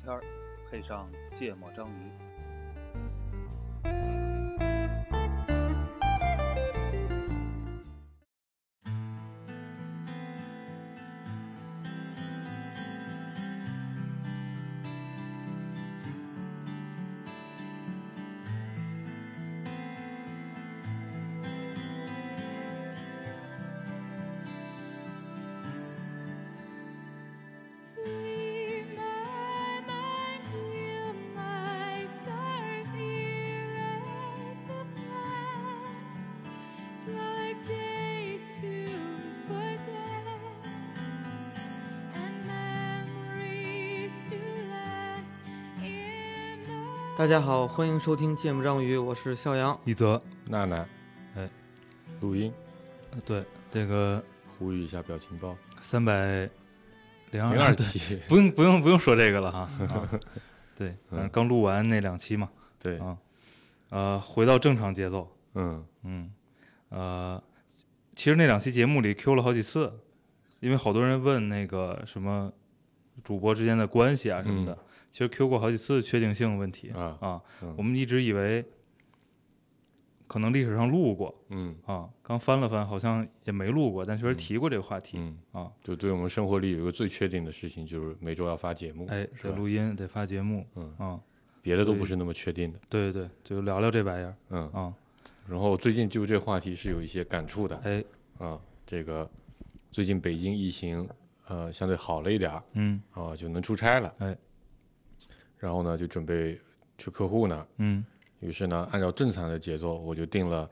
片儿，配上芥末章鱼。 Clean my mind, heal my scars, erase the past, dark days to forget, and memories to last in our 大家好，欢迎收听《芥末章鱼》，我是肖阳。一则，娜娜，哎，录音，呃对这个呼吁一下表情包，三百零零二，期，对不用不用不用说这个 了哈。啊对，反正刚录完那两期嘛，嗯 对，啊，呃，回到正常节奏，嗯，嗯，呃，其实那两期节目里 Q 了好几次，因为好多人问那个什么主播之间的关系啊什么的，嗯其实 Q 过好几次确定性问题啊，嗯我们一直以为可能历史上录过嗯啊，刚翻了翻好像也没录过，但确实提过这个话题。嗯啊，就对我们生活里有一个最确定的事情，就是每周要发节目，哎，是得吧录音，得发节目，嗯，啊，别的都不是那么确定的，对对对，就聊聊这玩意儿嗯，啊，然后最近就这话题是有一些感触的，哎，啊，这个最近北京疫情呃相对好了一点儿嗯啊，就能出差了，哎，然后呢就准备去客户那儿，嗯于是呢，按照正常的节奏，我就定了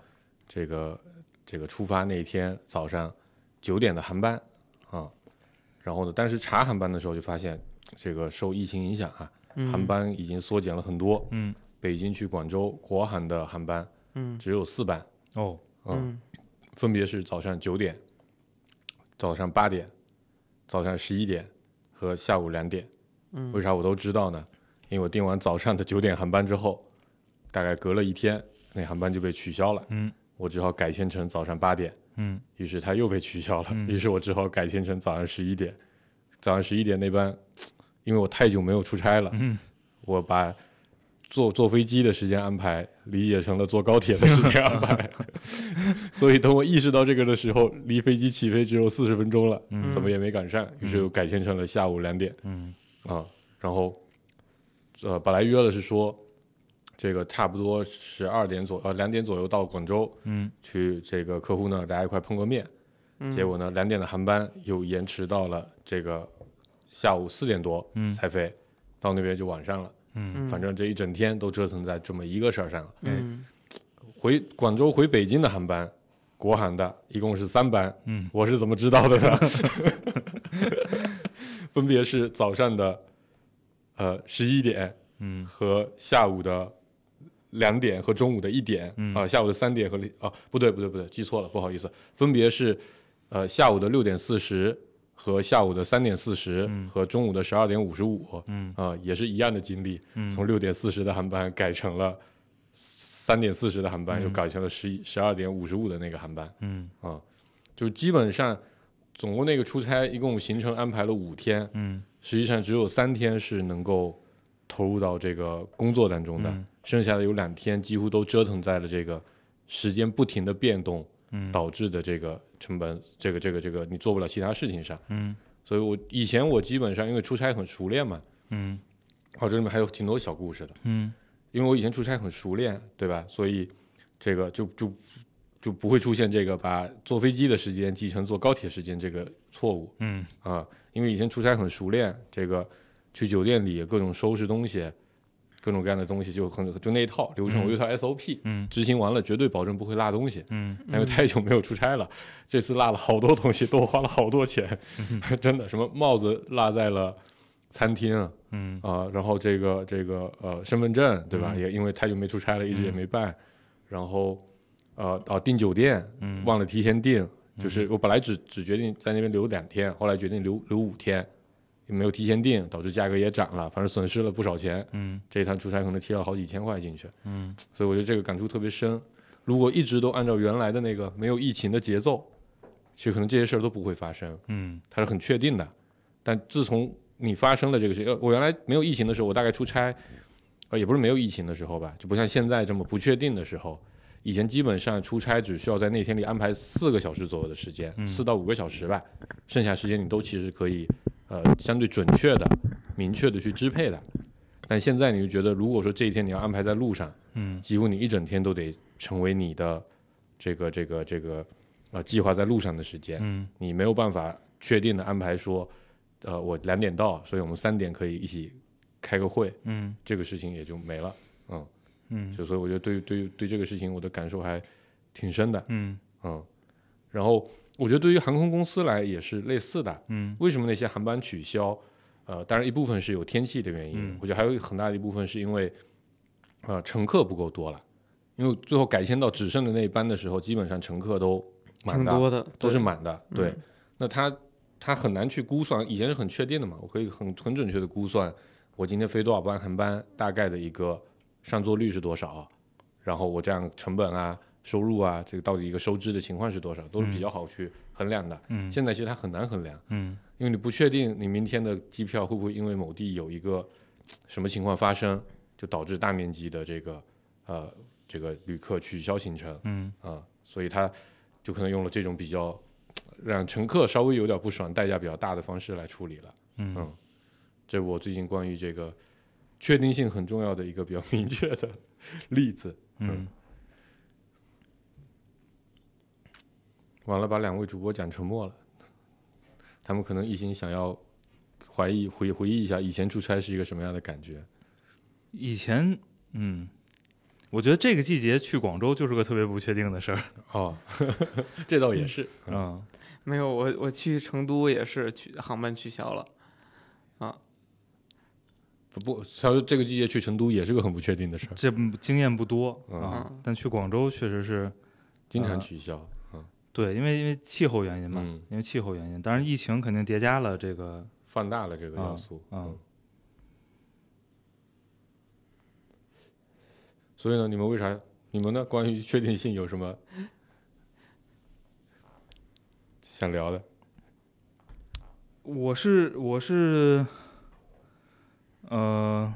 这个这个出发那一天早上九点的航班啊。然后呢，但是查航班的时候就发现，这个受疫情影响啊，航班已经缩减了很多。嗯，北京去广州国航的航班嗯只有四班，哦，嗯分别是早上九点、早上八点、早上十一点和下午两点。嗯为啥我都知道呢？因为我订完早上的九点航班之后，大概隔了一天，那航班就被取消了。嗯，我只好改签成早上八点，嗯于是它又被取消了。嗯于是我只好改签成早上十一点。早上十一点那班，因为我太久没有出差了，嗯，我把坐坐飞机的时间安排理解成了坐高铁的时间安排，所以等我意识到这个的时候，离飞机起飞只有四十分钟了，嗯怎么也没赶上，于是又改签成了下午两点嗯啊。然后，呃，本来约了是说这个差不多十二点左呃两点左右到广州嗯去这个客户那儿大家一块碰个面，嗯结果呢两点的航班又延迟到了这个下午四点多嗯才飞，到那边就晚上了。嗯，反正这一整天都折腾在这么一个事儿上了。嗯回广州回北京的航班，国航的一共是三班，嗯，我是怎么知道的呢？ 分别是早上的呃十一点嗯和下午的两点和中午的一点，啊、嗯下午的三点和哦、不对不对不对，记错了，不好意思，分别是呃下午的六点四十。和下午的三点四十嗯和中午的十二点五十五，嗯啊，也是一样的经历，嗯从六点四十的航班改成了三点四十的航班，又改成了十一十二点五十五的那个航班嗯啊，就基本上总共那个出差一共行程安排了五天，嗯实际上只有三天是能够投入到这个工作当中的，嗯剩下的有两天几乎都折腾在了这个时间不停的变动嗯导致的这个成本，这个这个这个你做不了其他事情上，嗯所以我以前我基本上因为出差很熟练嘛，嗯哦，这里面还有挺多小故事的。嗯因为我以前出差很熟练，对吧？所以这个就就就不会出现这个把坐飞机的时间记成坐高铁时间这个错误嗯啊。因为以前出差很熟练，这个去酒店里各种收拾东西，各种各样的东西就很就那一套流程，我有一套 SOP，嗯执行完了绝对保证不会落东西。嗯因为太久没有出差了，这次落了好多东西，多花了好多钱，嗯 真的，什么帽子落在了餐厅啊，嗯啊，然后这个这个呃身份证对吧？也因为太久没出差了，一直也没办。然后呃哦、订酒店，嗯忘了提前订，就是我本来只只决定在那边留两天，后来决定留留五天，也没有提前订，导致价格也涨了，反正损失了不少钱。嗯这一趟出差可能贴了好几千块进去，嗯，所以我觉得这个感触特别深。如果一直都按照原来的那个没有疫情的节奏，其实可能这些事儿都不会发生。嗯它是很确定的。但自从你发生了这个事，呃，我原来没有疫情的时候，我大概出差，呃，也不是没有疫情的时候吧，就不像现在这么不确定的时候。以前基本上出差只需要在那天里安排四个小时左右的时间，四、到五个小时吧，剩下时间你都其实可以，呃，相对准确的、明确的去支配的。但现在你就觉得，如果说这一天你要安排在路上，嗯，几乎你一整天都得成为你的这个这个这个呃计划在路上的时间，嗯，你没有办法确定的安排说，呃，我两点到，所以我们三点可以一起开个会，嗯这个事情也就没了，嗯，嗯就所以我觉得对对对这个事情我的感受还挺深的，嗯嗯，然后我觉得对于航空公司来也是类似的，嗯为什么那些航班取消？呃，当然一部分是有天气的原因，嗯我觉得还有很大的一部分是因为，呃，乘客不够多了，因为最后改签到只剩的那一班的时候，基本上乘客都满挺的，多的，都对是满的。对，嗯那他他很难去估算，以前是很确定的嘛，我可以很很准确的估算我今天飞多少班航班，大概的一个上座率是多少，然后我这样成本啊、收入啊，这个到底一个收支的情况是多少，都是比较好去衡量的。嗯现在其实它很难衡量。嗯因为你不确定你明天的机票会不会因为某地有一个嘖什么情况发生，就导致大面积的这个呃这个旅客取消行程啊、嗯所以他就可能用了这种比较嘖让乘客稍微有点不爽、代价比较大的方式来处理了。嗯这我最近关于这个确定性很重要的一个比较 明确的例子。嗯，完了，把两位主播讲沉默了，他们可能一心想要怀疑回回忆一下以前出差是一个什么样的感觉。以前嗯，我觉得这个季节去广州就是个特别不确定的事儿。哦， 这倒也是。嗯，没有我我去成都也是去航班取消了，不不，他说这个季节去成都也是个很不确定的事儿，这不经验不多啊嗯，但去广州确实是经常啊取消。对，因为因为气候原因嘛，嗯因为气候原因，当然疫情肯定叠加了这个放大了这个要素。啊啊嗯。所以呢，你们为啥？你们呢？关于确定性有 什么想聊的？我是我是，呃，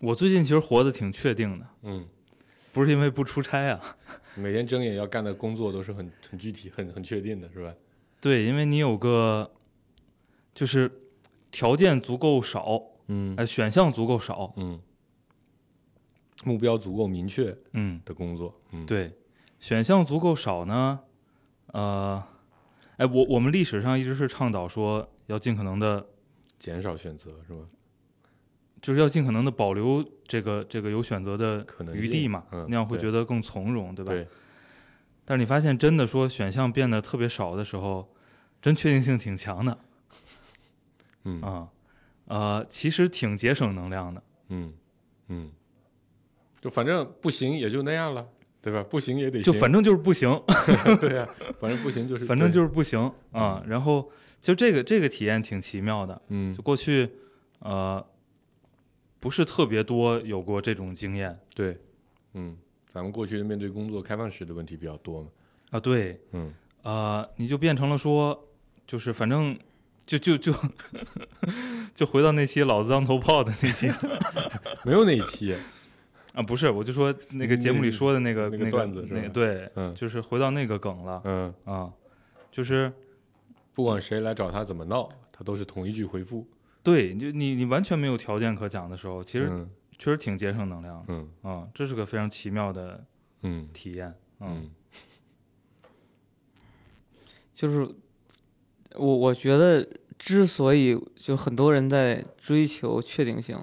我最近其实活得挺确定的，嗯，不是因为不出差啊，每天睁眼要干的工作都是很很具体、很很确定的，是吧？对，因为你有个就是条件足够少，嗯哎，选项足够少，嗯，目标足够明确嗯，的工作。嗯，，对，选项足够少呢，呃，哎，我我们历史上一直是倡导说要尽可能的，减少选择是吧？就是要尽可能的保留这个这个有选择的可能余性地嘛，嗯那样会对觉得更从容，对吧？对，但是你发现真的说选项变得特别少的时候，真确定性挺强的嗯啊、呃，其实挺节省能量的。嗯，嗯，就反正不行也就那样了，对吧？不行也得就行反正就是不行，对啊，反正不行就是 反正 对就是不行啊、然后就这个这个体验挺奇妙的，嗯就，过去呃不是特别多有过这种经验对，嗯，咱们过去的面对工作开放式的问题比较多嘛，啊。对，嗯呃，你就变成了说，就是反正就就 就就回到那期老子当头炮的那期没有那一期，啊，不是，我就说那个节目里说的那个那那个段子是吧那个对，嗯 就是回到那个梗了嗯，啊，就是不管谁来找他怎么闹，他都是同一句回复，对，你就你你完全没有条件可讲的时候，其实嗯确实挺节省能量嗯的啊，这是个非常奇妙的嗯体验，嗯嗯就是我我觉得之所以就很多人在追求确定性，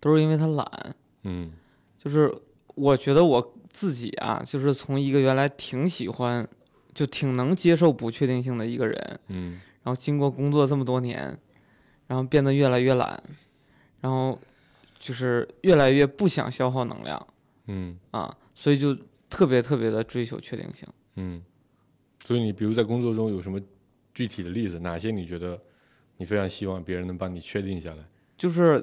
都是因为他懒。嗯就是我觉得我自己啊，就是从一个原来挺喜欢，就挺能接受不确定性的一个人，嗯然后经过工作这么多年，然后变得越来越懒，然后就是越来越不想消耗能量嗯啊，所以就特别特别的追求确定性。嗯，所以你比如在工作中有什么具体的例子，哪些你觉得你非常希望别人能帮你确定下来？就是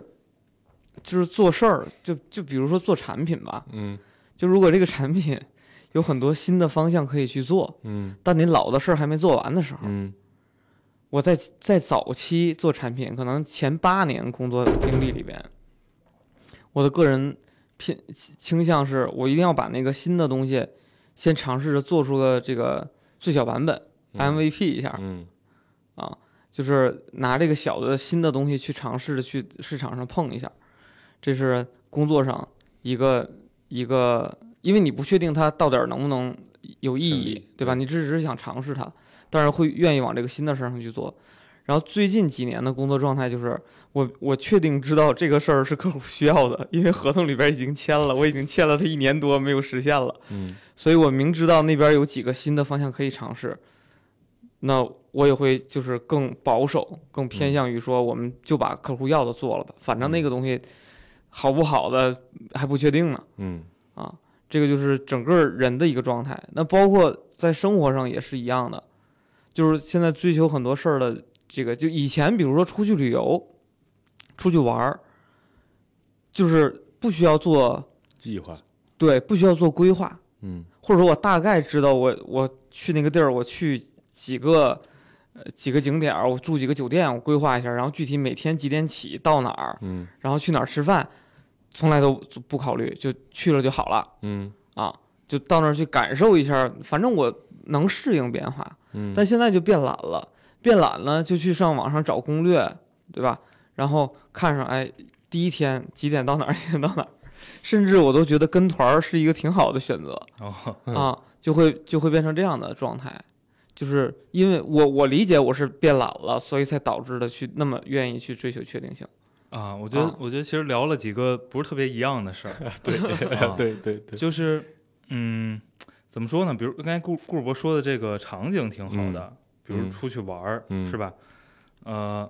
就是做事儿，就就比如说做产品吧，嗯就如果这个产品有很多新的方向可以去做，嗯但你老的事儿还没做完的时候，嗯我在在早期做产品，可能前八年工作经历里边，我的个人偏倾倾向是我一定要把那个新的东西先尝试着做出个这个最小版本嗯 MVP 一下，嗯啊，就是拿这个小的新的东西去尝试着去市场上碰一下，这是工作上一个一个，因为你不确定它到底儿能不能有意成义立，对吧？嗯你只是想尝试它，但是会愿意往这个新的事儿上去做。然后最近几年的工作状态就是我我确定知道这个事儿是客户需要的，因为合同里边儿已经签了，我已经签了他一年多没有实现了。嗯所以我明知道那边有几个新的方向可以尝试，那我也会就是更保守，更偏向于说我们就把客户要的做了吧，反正那个东西好不好的还不确定呢嗯啊。这个就是整个人的一个状态。那包括在生活上也是一样的，就是现在追求很多事儿的这个，就以前比如说出去旅游、出去玩儿，就是不需要做计划，对，不需要做规划，嗯或者说我大概知道我我去那个地儿，我去几个呃几个景点儿，我住几个酒店，我规划一下，然后具体每天几点起到哪儿，嗯然后去哪儿吃饭，从来都不不考虑，就去了就好了嗯啊，就到那儿去感受一下，反正我能适应变化。嗯，但现在就变懒了，变懒了就去上网上找攻略，对吧？然后看上哎，第一天几点到哪儿，几点到哪儿，甚至我都觉得跟团儿是一个挺好的选择。哦，啊，就会就会变成这样的状态，就是因为我我理解我是变懒了，所以才导致的去那么愿意去追求确定性。啊，我觉得啊，我觉得其实聊了几个不是特别一样的事儿，对啊 对对对，就是，嗯，怎么说呢？比如刚才顾顾主播说的这个场景挺好的，比如嗯出去玩儿，嗯是吧？呃，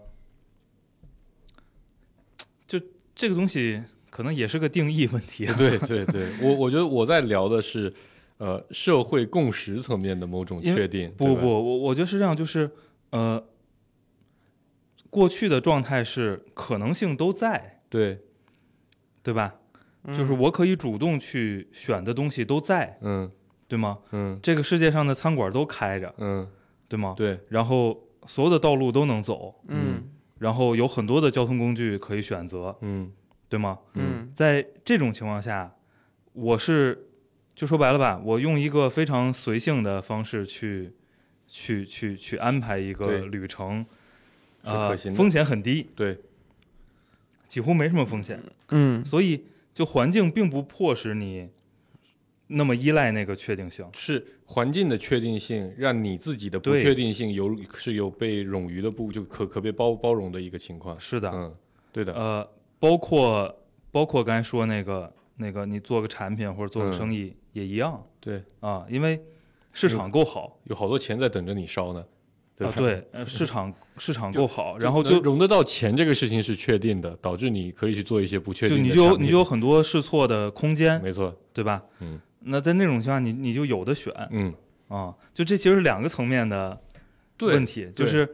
就这个东西可能也是个定义问题啊。对对对，我我觉得我在聊的是，呃，社会共识层面的某种因为确定。不对不吧不，，我我觉得是这样，就是呃，过去的状态是可能性都在，对，对吧？就是我可以主动去选的东西都在，嗯对吗？嗯这个世界上的餐馆都开着，嗯，对吗？对，然后所有的道路都能走，嗯然后有很多的交通工具可以选择，嗯对吗？嗯在这种情况下，我是就说白了吧，我用一个非常随性的方式去去去去安排一个对旅程，是呃，可行的风险很低，对，几乎没什么风险，嗯所以就环境并不迫使你那么依赖那个确定性。是环境的确定性，让你自己的不对确定性有是有被冗余的不就可可被包包容的一个情况。是的，嗯，对的，呃，包括包括刚才说那个那个，你做个产品或者做个嗯生意、也一样对，啊，因为市场够好有好多钱在等着你烧呢，对啊吧？，对，呃市场市场就够好，能，然后就融得到钱这个事情是确定的，导致你可以去做一些不确就定的你就有产你品就有很多试错的空间，没错，对吧？嗯，那在那种情况下，你你就有的选嗯，啊，就这其实是两个层面的问对，题，就是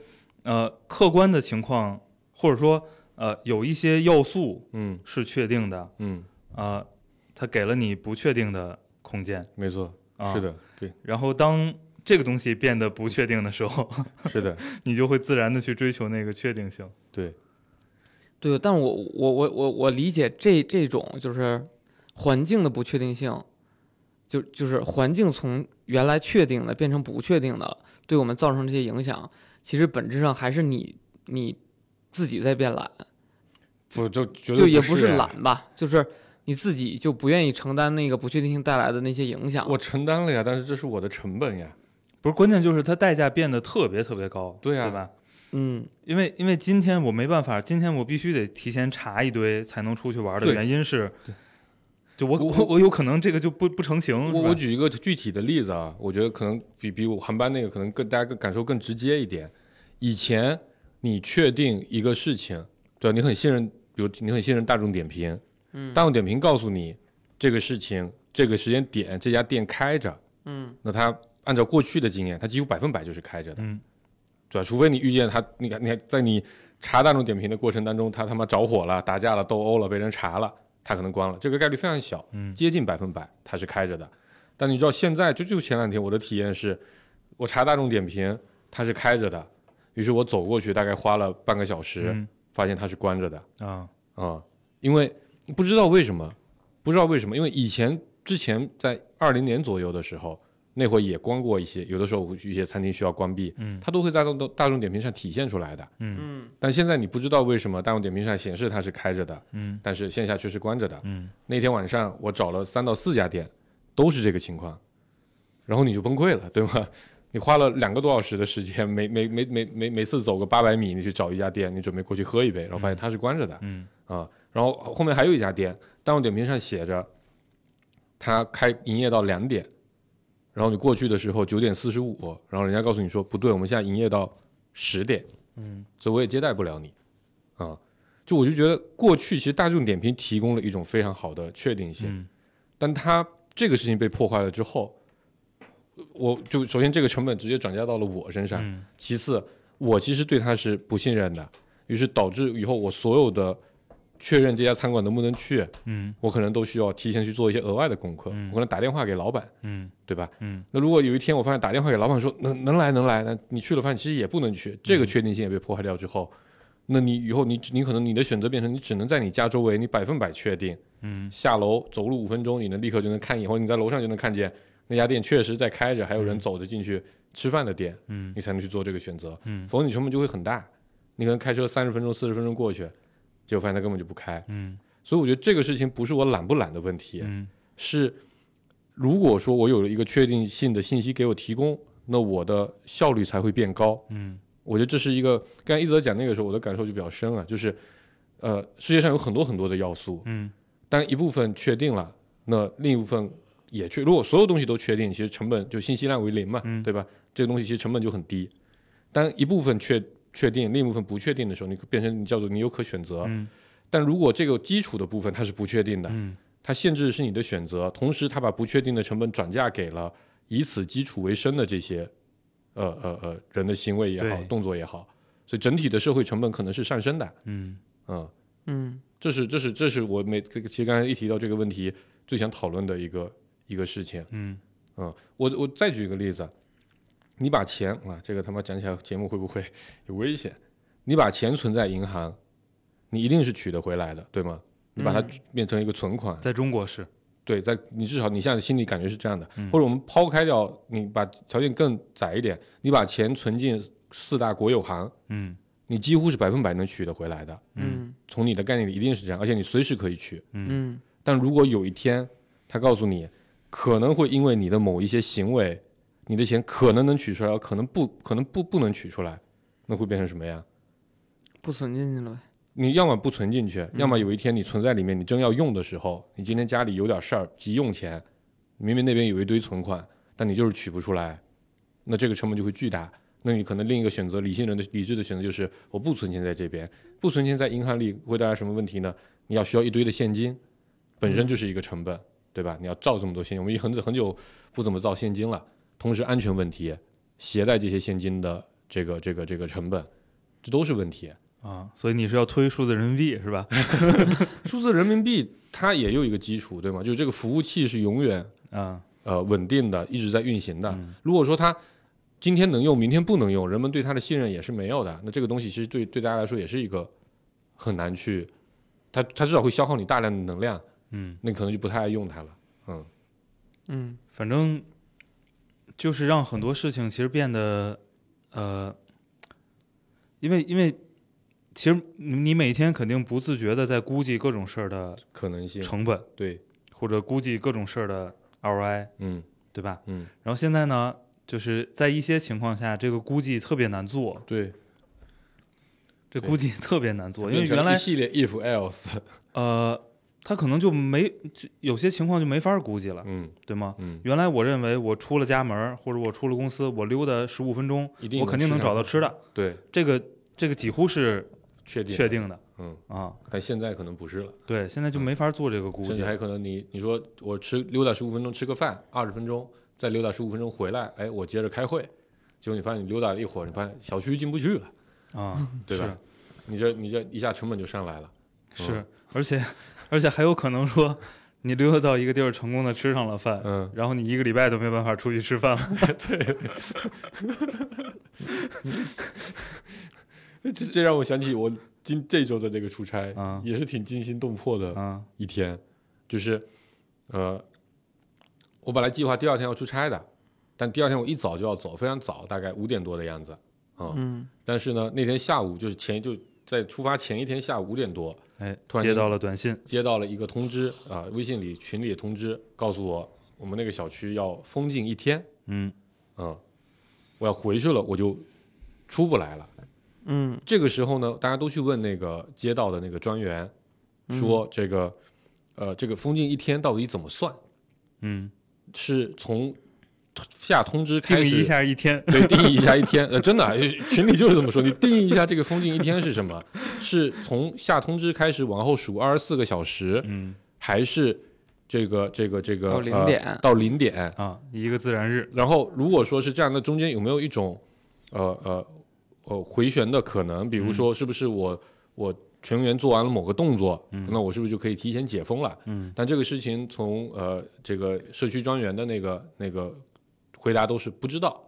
呃，客观的情况或者说呃有一些要素嗯是确定的，嗯，啊，它给了你不确定的空间没错，啊，是。的，对，然后当这个东西变得不确定的时候， 是的，你就会自然的去追求那个确定性。对，对，但我我我我我理解这这种就是环境的不确定性，就就是环境从原来确定的变成不确定的了，对我们造成这些影响，其实本质上还是你你自己在变懒。不就绝对就也不不是啊。懒吧，就是你自己就不愿意承担那个不确定性带来的那些影响。我承担了呀，但是这是我的成本呀。不是，关键就是它代价变得特别特别高，对对啊吧？嗯因为因为今天我没办法，今天我必须得提前查一堆才能出去玩的对原因是，就我我我我有可能这个就不不成形，我是吧我举一个具体的例子啊，我觉得可能比比我航班那个可能更大家更感受更直接一点。以前你确定一个事情，对吧你很信任，比如你很信任大众点评，嗯大众点评告诉你这个事情、这个时间点、这家店开着，嗯那它按照过去的经验，它几乎百分百就是开着的，嗯，对吧？除非你遇见它，你看你还在你查大众点评的过程当中，它他妈着火了、打架了、斗殴了、被人查了，它可能关了，这个概率非常小。嗯接近百分百，它是开着的。但你知道现在就就前两天我的体验是，我查大众点评它是开着的，于是我走过去，大概花了半个小时，嗯发现它是关着的啊，啊、因为不知道为什么，不知道为什么，因为以前之前在二零年左右的时候，那会儿也关过一些，有的时候一些餐厅需要关闭，嗯它都会在大众大众点评上体现出来的。嗯嗯但现在你不知道为什么大众点评上显示它是开着的，嗯但是线下却是关着的。嗯，那天晚上我找了三到四家店，都是这个情况，然后你就崩溃了，对吗？ 你花了两个多小时的时间，每每每每每每次走个八百米，你去找一家店，你准备过去喝一杯，然后发现它是关着的，嗯啊，然后后面还有一家店，大众点评上写着，它开营业到两点，然后你过去的时候九点四十五，然后人家告诉你说不对，我们现在营业到十点，嗯，所以我也接待不了你，啊，就我就觉得过去其实大众点评提供了一种非常好的确定性，嗯但它这个事情被破坏了之后，我就首先这个成本直接转嫁到了我身上，嗯其次我其实对它是不信任的，于是导致以后我所有的确认这家餐馆能不能去，嗯我可能都需要提前去做一些额外的功课，我可能打电话给老板，嗯对吧？嗯，那如果有一天我发现打电话给老板说能能来能来，那你去了发现其实也不能嗯去，这个确定性也被破坏掉之后，那你以后你只你可能你的选择变成你只能在你家周围，你百分百确定，嗯，下楼走路五分钟你能立刻就能看见，或者你在楼上就能看见那家店确实在开着，还有人走着进去吃饭的店，嗯，你才能去做这个选择，嗯否则你成本就会很大，你可能开车三十分钟四十分钟过去，结果发现它根本就不开，嗯所以我觉得这个事情不是我懒不懒的问题，嗯是如果说我有了一个确定性的信息给我提供，那我的效率才会变高。嗯我觉得这是一个刚才一泽讲那个时候，我的感受就比较深啊，就是呃，世界上有很多很多的要素，嗯但一部分确定了，那另一部分也确，如果所有东西都确定，其实成本就信息量为零嘛，嗯对吧？这个东西其实成本就很低。当一部分确确定，另一部分不确定的时候，你变成你叫做你有可选择。嗯但如果这个基础的部分它是不确定的，嗯它限制的是你的选择，同时它把不确定的成本转嫁给了以此基础为生的这些，呃呃呃人的行为也好，对动作也好，所以整体的社会成本可能是上升的，嗯嗯，嗯这是这是这是我每其实刚才一提到这个问题最想讨论的一个一个事情，嗯嗯，我我再举一个例子，你把钱啊，这个他妈讲起来节目会不会有危险？你把钱存在银行，你一定是取得回来的，对吗？你把它嗯变成一个存款，在中国是，对，在你至少你现在心里感觉是这样的，嗯或者我们抛开掉，你把条件更窄一点，你把钱存进四大国有行，嗯你几乎是百分百能取得回来的。嗯从你的概念里一定是这样，而且你随时可以取。嗯但如果有一天他告诉你，可能会因为你的某一些行为，你的钱可能能取出来，可能不，可能不不能取出来，那会变成什么样？不存进去了呗。你要么不存进去，要么有一天你存在里面，你真要用的时候，你今天家里有点事儿，急用钱，明明那边有一堆存款，但你就是取不出来，那这个成本就会巨大。那你可能另一个选择，理性人的理智的选择就是我不存钱在这边，不存钱在银行里会带来什么问题呢？你要需要一堆的现金，本身就是一个成本，对吧？你要造这么多现金，我们已经很很久不怎么造现金了。同时，安全问题，携带这些现金的这个这个这个成本，这都是问题。啊，所以你是要推数字人民币是 吧？数字人民币它也有一个基础，对吗？就是这个服务器是永远啊，呃稳定的，一直在运行的。嗯如果说它今天能用，明天不能用，人们对它的信任也是没有的。那这个东西其实对对大家来说也是一个很难去，它它至少会消耗你大量的能量，嗯，那可能就不太爱用它了。嗯嗯反正就是让很多事情其实变得呃，因为因为其实你你每天肯定不自觉的在估计各种事儿的可能性成本，对，或者估计各种事儿的 ROI，嗯对吧？嗯，然后现在呢，就是在一些情况下，这个估计特别难做，对，这对估计 特别难做，因为变成原来一系列 if else，呃，他可能就没就有些情况就没法估计了，嗯对吗？嗯，原来我认为我出了家门儿或者我出了公司，我溜达十五分钟，一定我肯定能找到吃的，对，这个这个几乎是确嗯定确定的嗯，啊。但现在可能不是了。对，现在就没法做这个估甚计至。还可能你你说我吃溜达十五分钟吃个饭，二十分钟再溜达十五分钟回来，哎，我接着开会，结果你发现你溜达了一会儿，你发现小区进不去了， 啊，对吧？你这你这一下成本就上来了，是，而且而且还有可能说，你溜达到一个地儿成功的吃上了饭，嗯，然后你一个礼拜都没办法出去吃饭了。哎这这让我想起我今这周的那个出差，啊也是挺惊心动魄的啊一天，就是呃，我本来计划第二天要出差的，但第二天我一早就要走，非常早，大概五点多的样子。嗯，但是呢，那天下午就是前就在出发前一天下午五点多，哎突，然接间到了短信，接到了一个通知啊、微信里群里的通知，告诉我我们那个小区要封禁一天，嗯，嗯，我要回去了，我就出不来了。嗯，这个时候呢，大家都去问那个街道的那个专员，嗯说这个、呃这个封禁一天到底怎么算？嗯，是从下通知开定始嗯义一下一天， 对，定义一下一天，呃，真的呃 群里就是这么说，你定义一下这个封禁一天是什么？是从下通知开始往后数二十四个小时，嗯还是这个这个这个到零呃点到零点？啊，一个自然日，然后如果说是这样，那中间有没有一种呃呃呃回旋的可能？比如说，是不是我、我全员做完了某个动作，那我是不是就可以提前解封了？嗯，但这个事情从呃这个社区专员的那个那个回答都是不知道、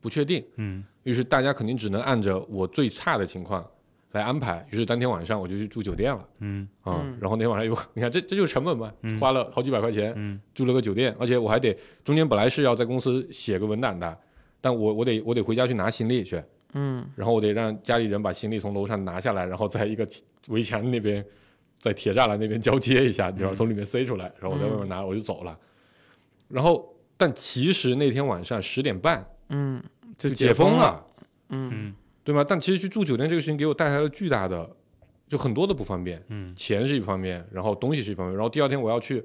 不确定。嗯于是大家肯定只能按着我最差的情况来安排。于是当天晚上我就去住酒店了嗯啊、嗯然后那天晚上又 你看这这就是成本嘛，花了好几百块钱、嗯住了个酒店，而且我还得中间本来是要在公司写个文档的，但我我得我得回家去拿行李去，嗯，然后我得让家里人把行李从楼上拿下来，然后在一个围墙那边，在铁栅栏那边交接一下，然后从里面塞出来，然后我在外面拿我就走了。然后但其实那天晚上十点半嗯，就就解封封了。嗯嗯对吗？但其实去住酒店这个事情给我带来了巨大的，就很多的不方便，嗯钱是一方面，然后东西是一方面，然后第二天我要去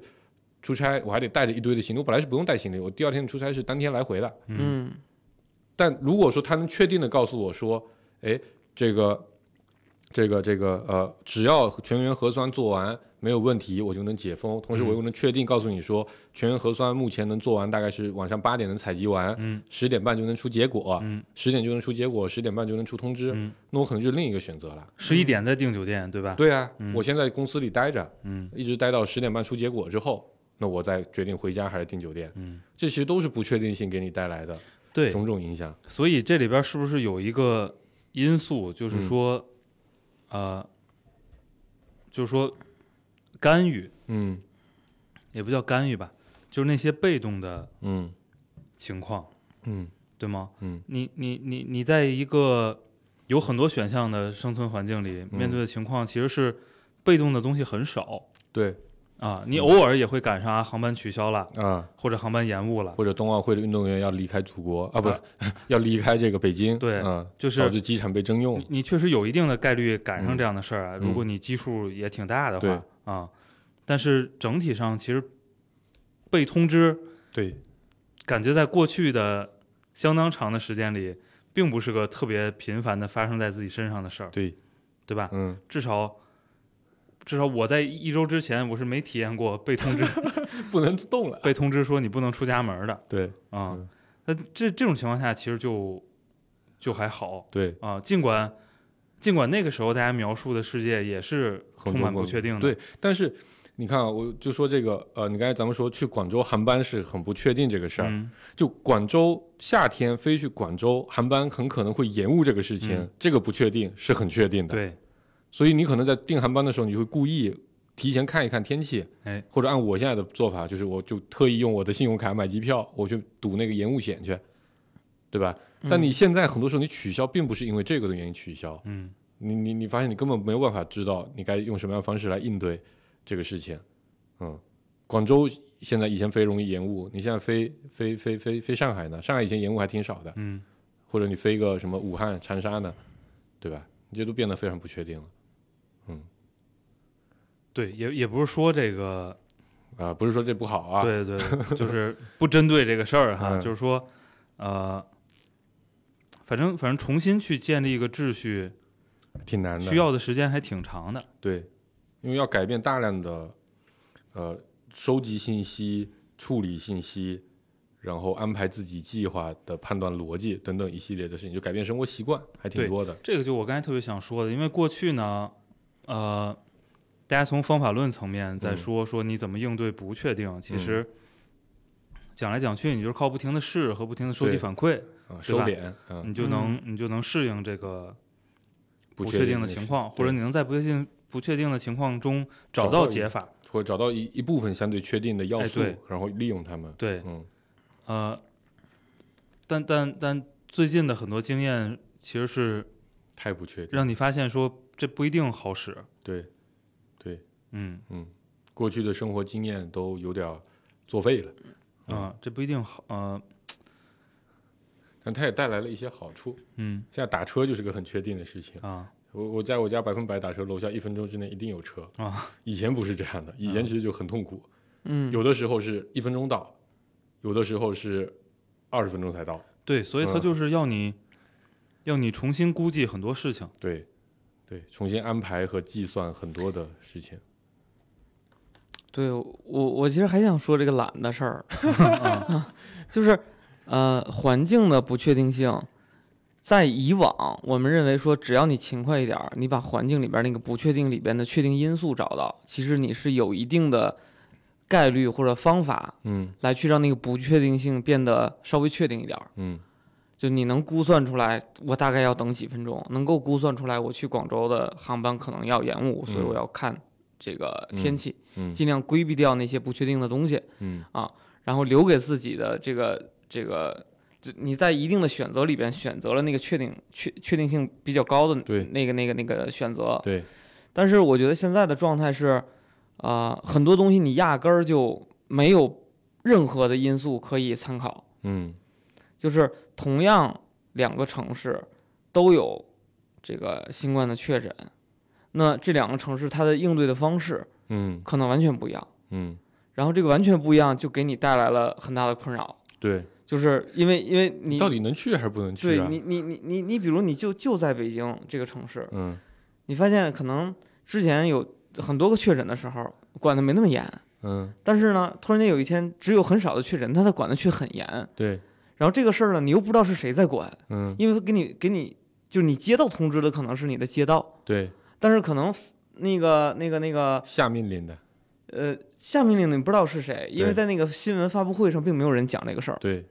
出差，我还得带着一堆的行李，我本来是不用带行李，我第二天出差是当天来回的。嗯但如果说他能确定的告诉我说，哎，这个，这个，这个，呃，只要全员核酸做完没有问题，我就能解封。同时，嗯我又能确定告诉你说，全员核酸目前能做完，大概是晚上八点能采集完，嗯十点半就能出结果，嗯十点就能出结果，十点半就能出通知，嗯，那我可能就另一个选择了。十一点再订酒店，对吧？，对啊，嗯我先在公司里待着，嗯一直待到十点半出结果之后，那我再决定回家还是订酒店。嗯，这其实都是不确定性给你带来的对，种种影响。所以这里边是不是有一个因素，就是嗯说，呃，就是说干预，嗯也不叫干预吧，就是那些被动的嗯情况，嗯对吗？嗯，你你你你在一个有很多选项的生存环境里，嗯面对的情况其实是被动的东西很少对啊，你偶尔也会赶上啊航班取消了，啊，或者航班延误了，或者冬奥会的运动员要离开祖国啊，不啊是要离开这个北京，对啊，就是导致机场被征用你。你确实有一定的概率赶上这样的事儿啊，嗯如果你基数也挺大的对话、啊，但是整体上其实被通知，对，感觉在过去的相当长的时间里，并不是个特别频繁的发生在自己身上的事儿，对，对吧？嗯，至少至少我在一周之前，我是没体验过被通知 不能动了。被通知说你不能出家门的对啊嗯。那、这这种情况下，其实就就还好，对，啊，尽管尽管那个时候大家描述的世界也是很充多满不不确定的，对，但是你看啊，我就说这个，呃，你刚才咱们说去广州航班是很不确定这个事儿，嗯就广州夏天飞去广州航班很可能会延误这个事情，嗯这个不确定是很确定的。，对，所以你可能在订航班的时候，你会故意提前看一看天气，哎，或者按我现在的做法，就是我就特意用我的信用卡买机嗯票，我去赌那个延误险去，对吧？但你现在很多时候你取消，并不是因为这个的原因取消，嗯你你你发现你根本没有办法知道你该用什么样的方式来应对这个事情。嗯，广州现在以前飞容易延误，你现在飞飞飞飞飞上海呢？上海以前延误还挺少的，嗯，或者你飞个什么武汉、长沙呢，对吧？你这都变得非常不确定了对，也也不是说这个，啊、不是说这不好啊，对 对，对就是不针对这个事儿哈，嗯就是说，呃，反正反正重新去建立一个秩序，挺难的，需要的时间还挺长的，对，因为要改变大量的呃收集信息、处理信息，然后安排自己计划的判断逻辑等等一系列的事情，就改变生活习惯还挺对多的。这个就我刚才特别想说的，因为过去呢，呃，大家从方法论层面在嗯说、说你怎么应对不确定，其实、讲来讲去，你就是靠不停的试和不停的收集对反馈，啊，收吧敛，嗯，你就能、你就能适应这个不确定的事情，况，对或者你能在不确定不确定的情况中找找到到一解法。或者找到一一部分相对确定的要哎素对，然后利用它们，对，嗯，呃，但但但最近的很多经验其实是太不确定，让你发现说这不一定好使。对，对，嗯嗯，过去的生活经验都有点儿作废了，啊、嗯这不一定好。呃，但它也带来了一些好处。嗯现在打车就是个很确定的事情。啊，我我在我家百分百打车，楼下一分钟之内一定有车啊。以前不是这样的，以前其实就很痛苦，嗯，有的时候是一分钟到，有的时候是二十分钟才到。对，所以它嗯就是要你、要你重新估计很多事情。对，对，重新安排和计算很多的事情。对我，我其实还想说这个懒的事 儿，啊 就是呃，环境的不确定性，在以往我们认为说，只要你勤快一点儿，你把环境里边儿那个不确定里边的确定因素找到，其实你是有一定的概率或者方法嗯来去让那个不确定性变得稍微确定一点儿。嗯就你能估算出来，我大概要等几分钟，能够估算出来我去广州的航班可能要延误，所以我嗯要看这个嗯天气。嗯尽量规避掉那些不确定的东西，啊嗯然后留给自己的这个这个，这你在一定的选择里边选择了那个确定确确定性比较高的对那个那个那个选择。对，但是我觉得现在的状态是，啊、很多东西你压根儿就没有任何的因素可以参考，嗯就是同样两个城市都有这个新冠的确诊，那这两个城市它的应对的方式嗯可能完全不一样。嗯，然后这个完全不一样，就给你带来了很大的困扰，对，就是因为因为你到底能去还是不能去对啊？你你你你你，比如你就就在北京这个城市，嗯你发现可能之前有很多个确诊的时候管的没那么严，嗯，但是呢，突然间有一天只有很少的确诊，他他管的却很严，对，然后这个事儿呢，你又不知道是谁在管，嗯因为给你给你就是你接到通知的可能是你的街道，对，但是可能那个那个那个下命令的，呃下命令的你不知道是谁，因为对在那个新闻发布会上并没有人讲这个事儿。对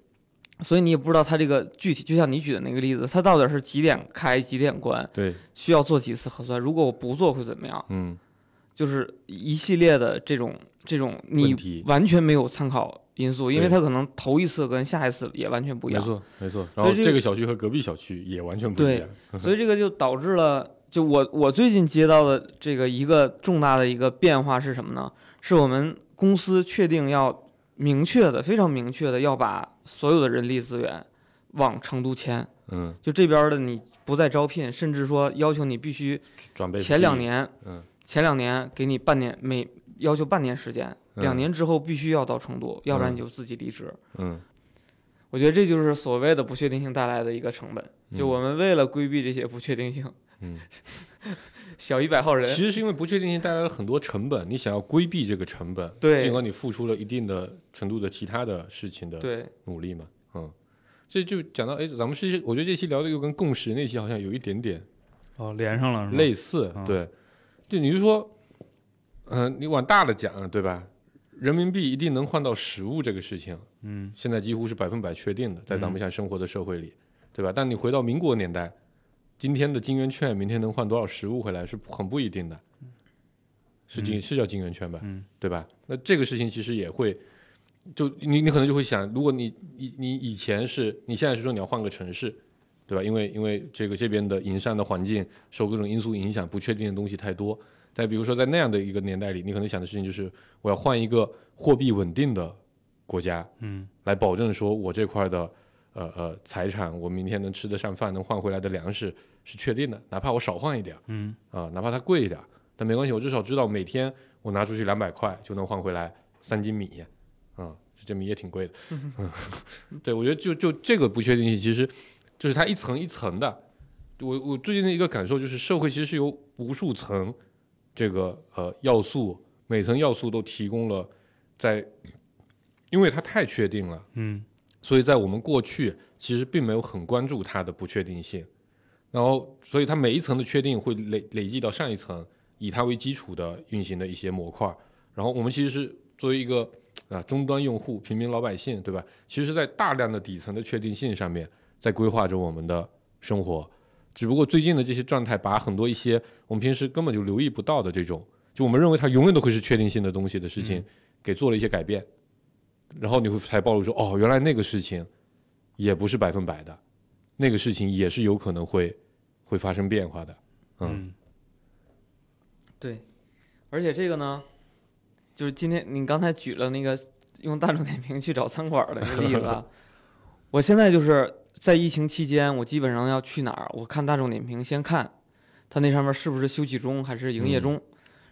所以你也不知道它这个具体，就像你举的那个例子，它到底是几点开几点关，对，需要做几次核酸？如果我不做会怎么样？嗯就是一系列的这种这种问你题完全没有参考因素，因为对它可能头一次跟下一次也完全不一没样，错没错。然后这个这个小区和隔壁小区也完全不一对样。所以这个就导致了，就我我最近接到的这个一个重大的一个变化是什么呢？是我们公司确定要明确的、非常明确的要把所有的人力资源往成都迁。嗯，就这边儿的你不再招聘，甚至说要求你必须转备前两年，嗯，前两年给你半年每要求半年时间，嗯两年之后必须要到成都，要不然你就自己离职。嗯，我觉得这就是所谓的不确定性带来的一个成本，就我们为了规避这些不确定性，嗯， 小一百号人其，实是因为不确定性带来了很多成本，你想要规避这个成本，对尽管你付出了一定的程度的其他的事情的对，努力嘛，嗯，这就讲到哎，咱们是我觉得这期聊的又跟共识那期好像有一点点哦，连上了是吗？类似，嗯对，就你就说，嗯、你往大了讲，啊对吧？人民币一定能换到实物这个事情，嗯，现在几乎是百分百确定的，在咱们现在生活的社会里，对吧？但你回到民国年代，今天的金圆券，明天能换多少实物回来是很不一定的，是金、是叫金圆券吧？嗯，对吧？那这个事情其实也会，就你你可能就会想，如果你你你以前是你现在是说你要换个城市，对吧？因为因为这个这边的营商的环境受各种因素影响，不确定的东西太多。再比如说在那样的一个年代里，你可能想的事情就是我要换一个货币稳定的国家，嗯，来保证说我这块的呃呃财产，我明天能吃得上饭，能换回来的粮食是确定的，哪怕我少换一点，嗯啊、哪怕它贵一点，但没关系，我至少知道每天我拿出去两百块就能换回来三斤米，啊、这米也挺 贵的， 嗯，对我觉得就就这个不确定性，其实就是它一层一层的。我我最近的一个感受就是，社会其实是由无数层这个呃要素，每层要素都提供了在，因为它太确定了。嗯所以在我们过去其实并没有很关注它的不确定性，然后所以它每一层的确定会累累积到上一层，以它为基础的运行的一些模块。然后我们其实是作为一个啊终端用户、平民老百姓，对吧？其实是在大量的底层的确定性上面，在规划着我们的生活。只不过最近的这些状态，把很多一些我们平时根本就留意不到的这种，就我们认为它永远都会是确定性的东西的事情，给做了一些改变。然后你会才暴露说，哦，原来那个事情也不是百分百的，那个事情也是有可能会会发生变化的。嗯嗯对，而且这个呢，就是今天你刚才举了那个用大众点评去找餐馆儿的那个例子啊， 我现在就是在疫情期间，我基本上要去哪儿，我看大众点评先看它那上面是不是休息中还是营业中，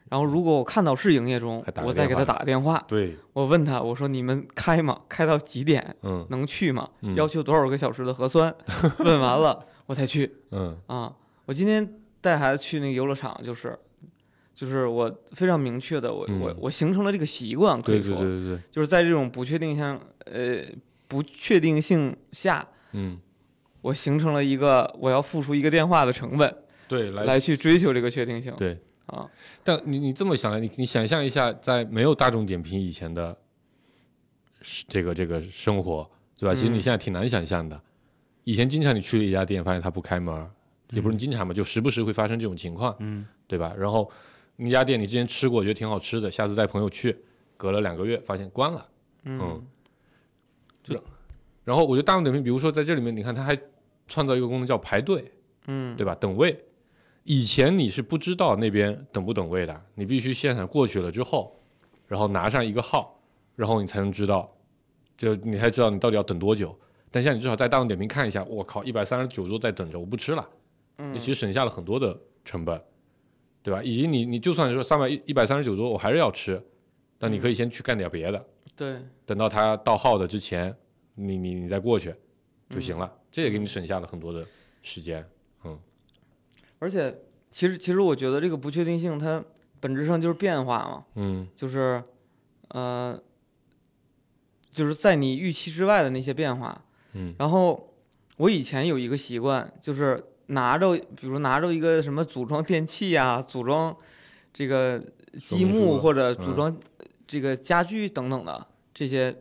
然后如果我看到是营业中嗯还打，个我再给电他话打个电话，对，我问他我说你们开吗？开到几点？嗯能去吗？嗯要求多少个小时的核 酸？问完了我才去。嗯啊，我今天带孩子去那个游乐场，就是，就是我非常明确的，我、我嗯我形成了这个习惯，可对以对说，对对对，就是在这种不确定性，呃，不确定性下，嗯我形成了一个我要付出一个电话的成本对来来去追求这个确定性。对啊，但你你这么想来，你你想象一下，在没有大众点评以前的是这个这个生活，对吧？其实嗯你现在挺难想象的。以前经常你去了一家店，发现它不开门儿，也不是经常吧，就时不时会发生这种情况，嗯，对吧？然后那家店你之前吃过，觉得挺好吃的，下次带朋友去，隔了两个月发现关了。嗯嗯然后我觉得大众点评，比如说在这里面，你看它还创造一个功能叫排队，嗯，对吧？等位，以前你是不知道那边等不等位的，你必须现场过去了之后，然后拿上一个号，然后你才能知道，就你才知道你到底要等多久。但现在你至少在大众点评看一下，我靠，一百三十九桌在等着，我不吃了，嗯你其实省下了很多的成本，对吧？以及你你就算你说三百一百三十九桌我还是要吃，但你可以先去干点别的，对，等到他到号的之前，你你你再过去嗯就行了，这也给你省下了很多的时间。嗯而且其实其实我觉得这个不确定性它本质上就是变化嘛，嗯就是，呃，就是在你预期之外的那些变化。嗯然后我以前有一个习惯，就是拿着，比如拿着一个什么组装电器呀、组装这个积明书木啊或者组嗯装这个家具等等的这些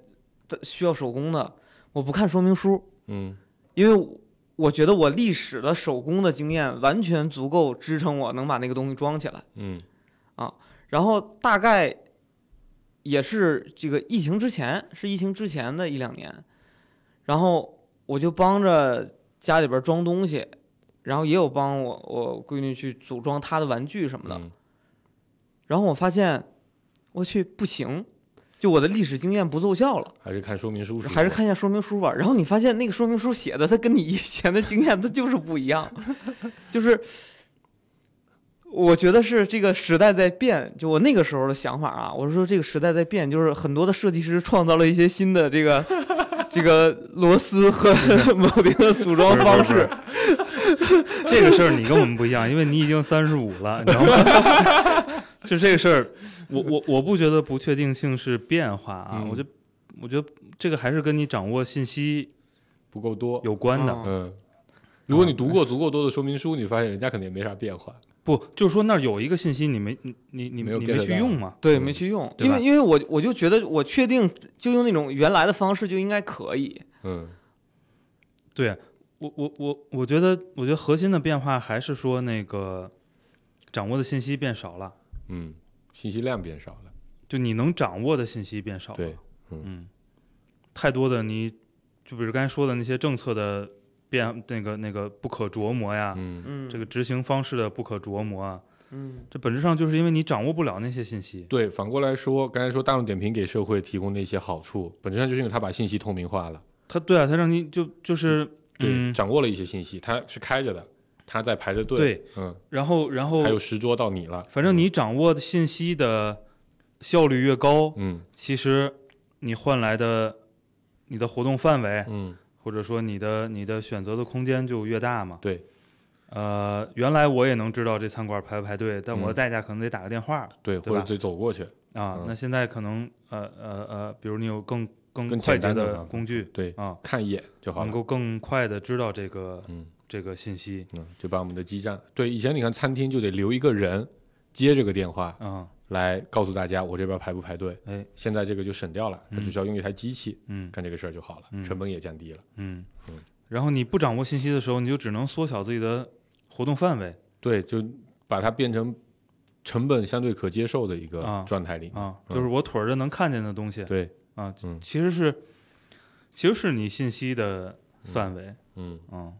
的需要手工的，我不看说明书，嗯因为我。我觉得我历史的手工的经验完全足够支撑我能把那个东西装起来。嗯。然后大概也是这个疫情之前，是疫情之前的一两年，然后我就帮着家里边装东西，然后也有帮我我闺女去组装她的玩具什么的。嗯然后我发现，我去不行，就我的历史经验不奏效了，还是看说明书，还是看一下说明书吧。然后你发现那个说明书写的，它跟你以前的经验它就是不一 样，就是。我觉得是这个时代在变，就我那个时候的想法啊，我是说这个时代在变，就是很多的设计师创造了一些新的这 个这个螺丝和铆钉的组装方式， 这个事儿你跟我们不一样，因为你已经三十五了，你知道吗？ 就这个事儿，我我我不觉得不确定性是变化啊，嗯我觉得我觉得这个还是跟你掌握信息不够多。有啊关的。嗯嗯，如果你读过足够多的说明书，你发现人家可能也没啥变化。不，就是说那儿有一个信息你没你你你没有你 get 没去到用嘛？对，嗯没去用，对因吧为因为我我就觉得我确定就用那种原来的方式就应该可以，嗯对我我我我觉得我觉得核心的变化还是说那个掌握的信息变少了，嗯，信息量变少了。就你能掌握的信息变少了。对，嗯，太多的你就比如刚才说的那些政策的变那个那个不可琢磨呀，嗯嗯，这个执行方式的不可琢磨啊，嗯这本质上就是因为你掌握不了那些信息。对。反过来说，刚才说大众点评给社会提供的一些好处，本质上就是因为它把信息透明化了。他对啊，他让你就就是对，嗯掌握了一些信息，它是开着的，它在排着队。，对，嗯，然后然后还有十桌到你了。反正你掌握的信息的效率越高，嗯其实你换来的你的活动范围，嗯或者说你的你的选择的空间就越大嘛。对，呃，原来我也能知道这餐馆排不排队，但我的嗯代价可能得打个电话、对，对或者吧得走过去。啊。嗯那现在可能呃呃呃，比如你有更更更快简捷单的的方法工具对，啊，看一眼就好能了。够更快的知道这个嗯这个信息。嗯，就把我们的基站。对，以前你看餐厅就得留一个人接这个电话啊，来告诉大家我这边排不排队。哎，现在这个就省掉了，它嗯只需要用一台机器嗯干这个事儿就好了，嗯成本也降低了。嗯嗯，然后你不掌握信息的时候，你就只能缩小自己的活动范围对，就把它变成成本相对可接受的一个啊状态里面。啊，就是我腿儿着能看见的东西，对，啊，嗯其实是其实是你信息的范围，嗯，嗯。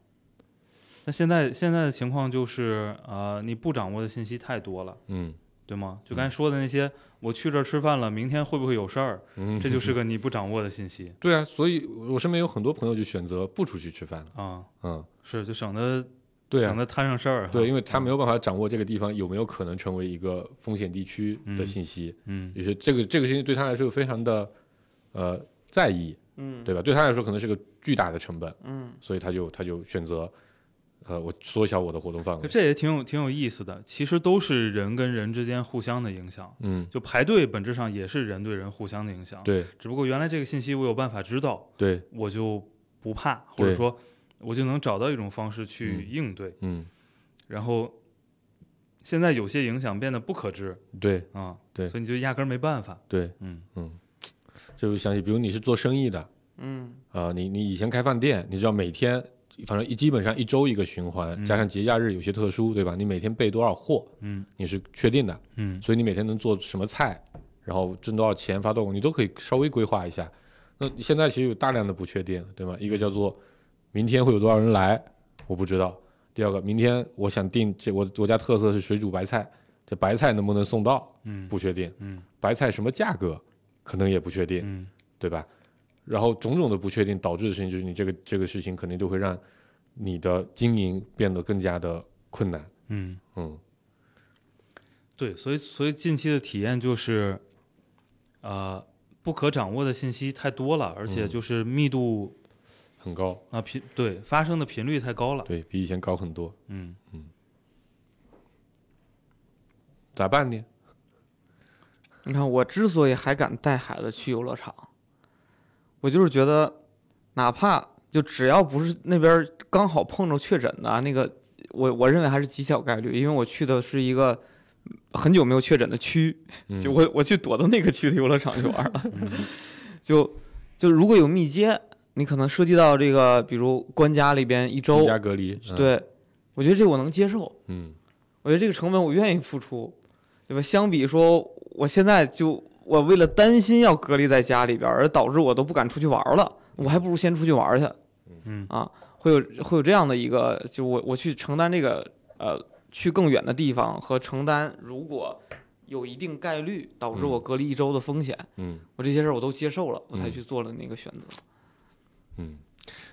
那现在现在的情况就是，呃，你不掌握的信息太多了，嗯，对吗？就刚才说的那些，我去这儿吃饭了，明天会不会有事儿？嗯这就是个你不掌握的信息对啊，所以我身边有很多朋友就选择不出去吃饭了。啊，嗯，是就省得对省啊，得摊上事儿哈。对，因为他嗯没有办法掌握这个地方有没有可能成为一个风险地区的信息，嗯也是这个这个事情对他来说非常的呃在意，嗯，对吧？对他来说可能是个巨大的成本，嗯，所以他就他就选择呃我缩小我的活动范围。这也挺有挺有意思的，其实都是人跟人之间互相的影响。嗯，就排队本质上也是人对人互相的影响，对只不过原来这个信息我有办法知道，对，我就不怕，或者对说我就能找到一种方式去应对。嗯，然后现在有些影响变得不可知对啊，对所以你就压根儿没办法。对，嗯这就想起，比如你是做生意的，嗯，呃，你你以前开饭店，你知道每天反正一基本上一周一个循环，嗯加上节假日有些特殊，对吧？你每天备多少货，嗯你是确定的，嗯所以你每天能做什么菜，然后挣多少钱，发多少，你都可以稍微规划一下。那现在其实有大量的不确定，对吗？一个叫做明天会有多少人来，我不知道；第二个，明天我想订这我我家特色是水煮白菜，这白菜能不能送到，嗯不确定；嗯白菜什么价格，可能也不确定。嗯对吧？然后种种的不确定导致的事情，就是你这个这个事情肯定就会让你的经营变得更加的困难。嗯，嗯对，所以所以近期的体验就是，呃，不可掌握的信息太多了，而且嗯就是密度很高，啊频对发生的频率太高了。对比以前高很多，嗯，咋办呢？你看我之所以还敢带孩子去游乐场，我就是觉得，哪怕就只要不是那边刚好碰着确诊的啊那个，我我认为还是极小概率，因为我去的是一个很久没有确诊的区，嗯就我我去躲到那个区的游乐场去玩了。 就就如果有密接，你可能涉及到这个，比如关家里边一居周，家隔离，嗯，对我觉得这我能接受，嗯我觉得这个成本我愿意付出，对吧？相比说，我现在就我为了担心要隔离在家里边儿，而导致我都不敢出去玩儿了，我还不如先出去玩儿去。嗯啊，会有会有这样的一个，就我我去承担这个呃，去更远的地方和承担如果有一定概率导致我隔离一周的风险，嗯我这些事儿我都接受了，我才嗯去做了那个选择。嗯，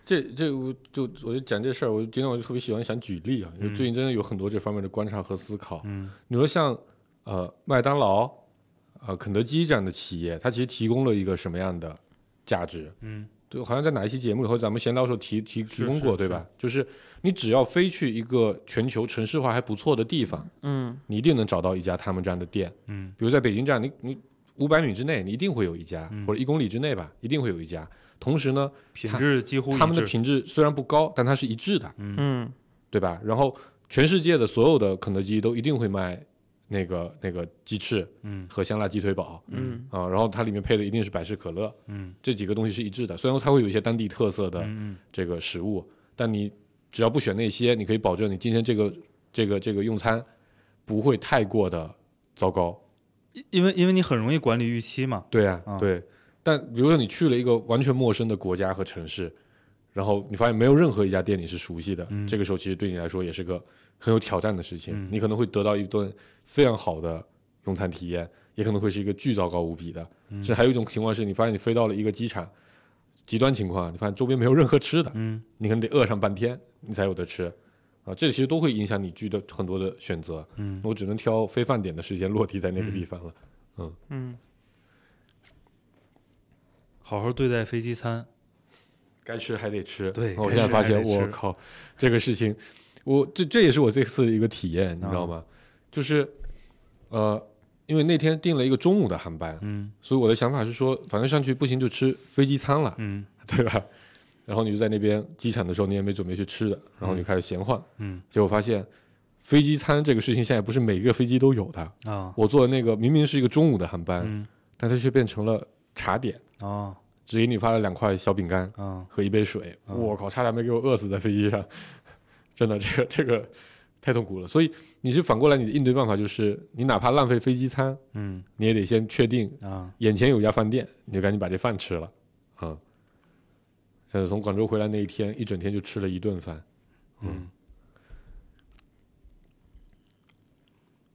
这这我就我就讲这事儿，我今天我就特别喜欢想举例啊，因为最近真的有很多这方面的观察和思考。嗯你说像呃麦当劳、呃肯德基这样的企业，它其实提供了一个什么样的价值？嗯对，好像在哪一期节目里头，咱们闲聊的时候提提提是供是过，对吧？就是你只要飞去一个全球城市化还不错的地方，嗯你一定能找到一家他们这样的店。嗯比如在北京站，你你五百米之内，你一定会有一家，嗯或者一公里之内吧，一定会有一家。同时呢，品他质几乎一他们的致品质虽然不高，但它是一致的，嗯对吧？然后全世界的所有的肯德基都一定会卖那个那个鸡翅嗯和香辣鸡腿堡嗯啊、然后它里面配的一定是百事可乐，嗯这几个东西是一致的。虽然说它会有一些当地特色的。嗯这个食物，但你只要不选那些，你可以保证你今天这个这个这个用餐不会太过的糟糕。嗯，因为因为你很容易管理预期嘛，对啊，啊对。但比如说你去了一个完全陌生的国家和城市，然后你发现没有任何一家店你是熟悉的，嗯这个时候其实对你来说也是个很有挑战的事情。嗯你可能会得到一顿非常好的用餐体验，也可能会是一个巨糟糕无比的。嗯甚至还有一种情况是你发现你飞到了一个机场，极端情况，你发现周边没有任何吃的，嗯你可能得饿上半天，你才有的吃啊。这其实都会影响你剧的很多的选择。嗯我只能挑非饭点的时间落地在那个地方了。嗯，好好对待飞机餐，该吃还得吃。哦对我该现在吃发还现，得我吃靠，这个事情，我这这也是我这次的一个体验，啊你知道吗？就是，呃，因为那天订了一个中午的航班，嗯所以我的想法是说，反正上去不行就吃飞机餐了，嗯 对吧？然后你就在那边机场的时候，你也没准备去吃的，然后你就开始闲晃，嗯结果发现飞机餐这个事情现在不是每一个飞机都有的。啊，我坐的那个明明是一个中午的航班，嗯，但它却变成了茶点，哦，只给你发了两块小饼干嗯，和一杯水。嗯我靠，差点没给我饿死在飞机上，真的，这个这个太痛苦了。所以你是反过来，你的应对办法就是，你哪怕浪费飞机餐，嗯，你也得先确定啊，眼前有一家饭店，你就赶紧把这饭吃了啊、嗯。但是从广州回来那一天，一整天就吃了一顿饭。嗯，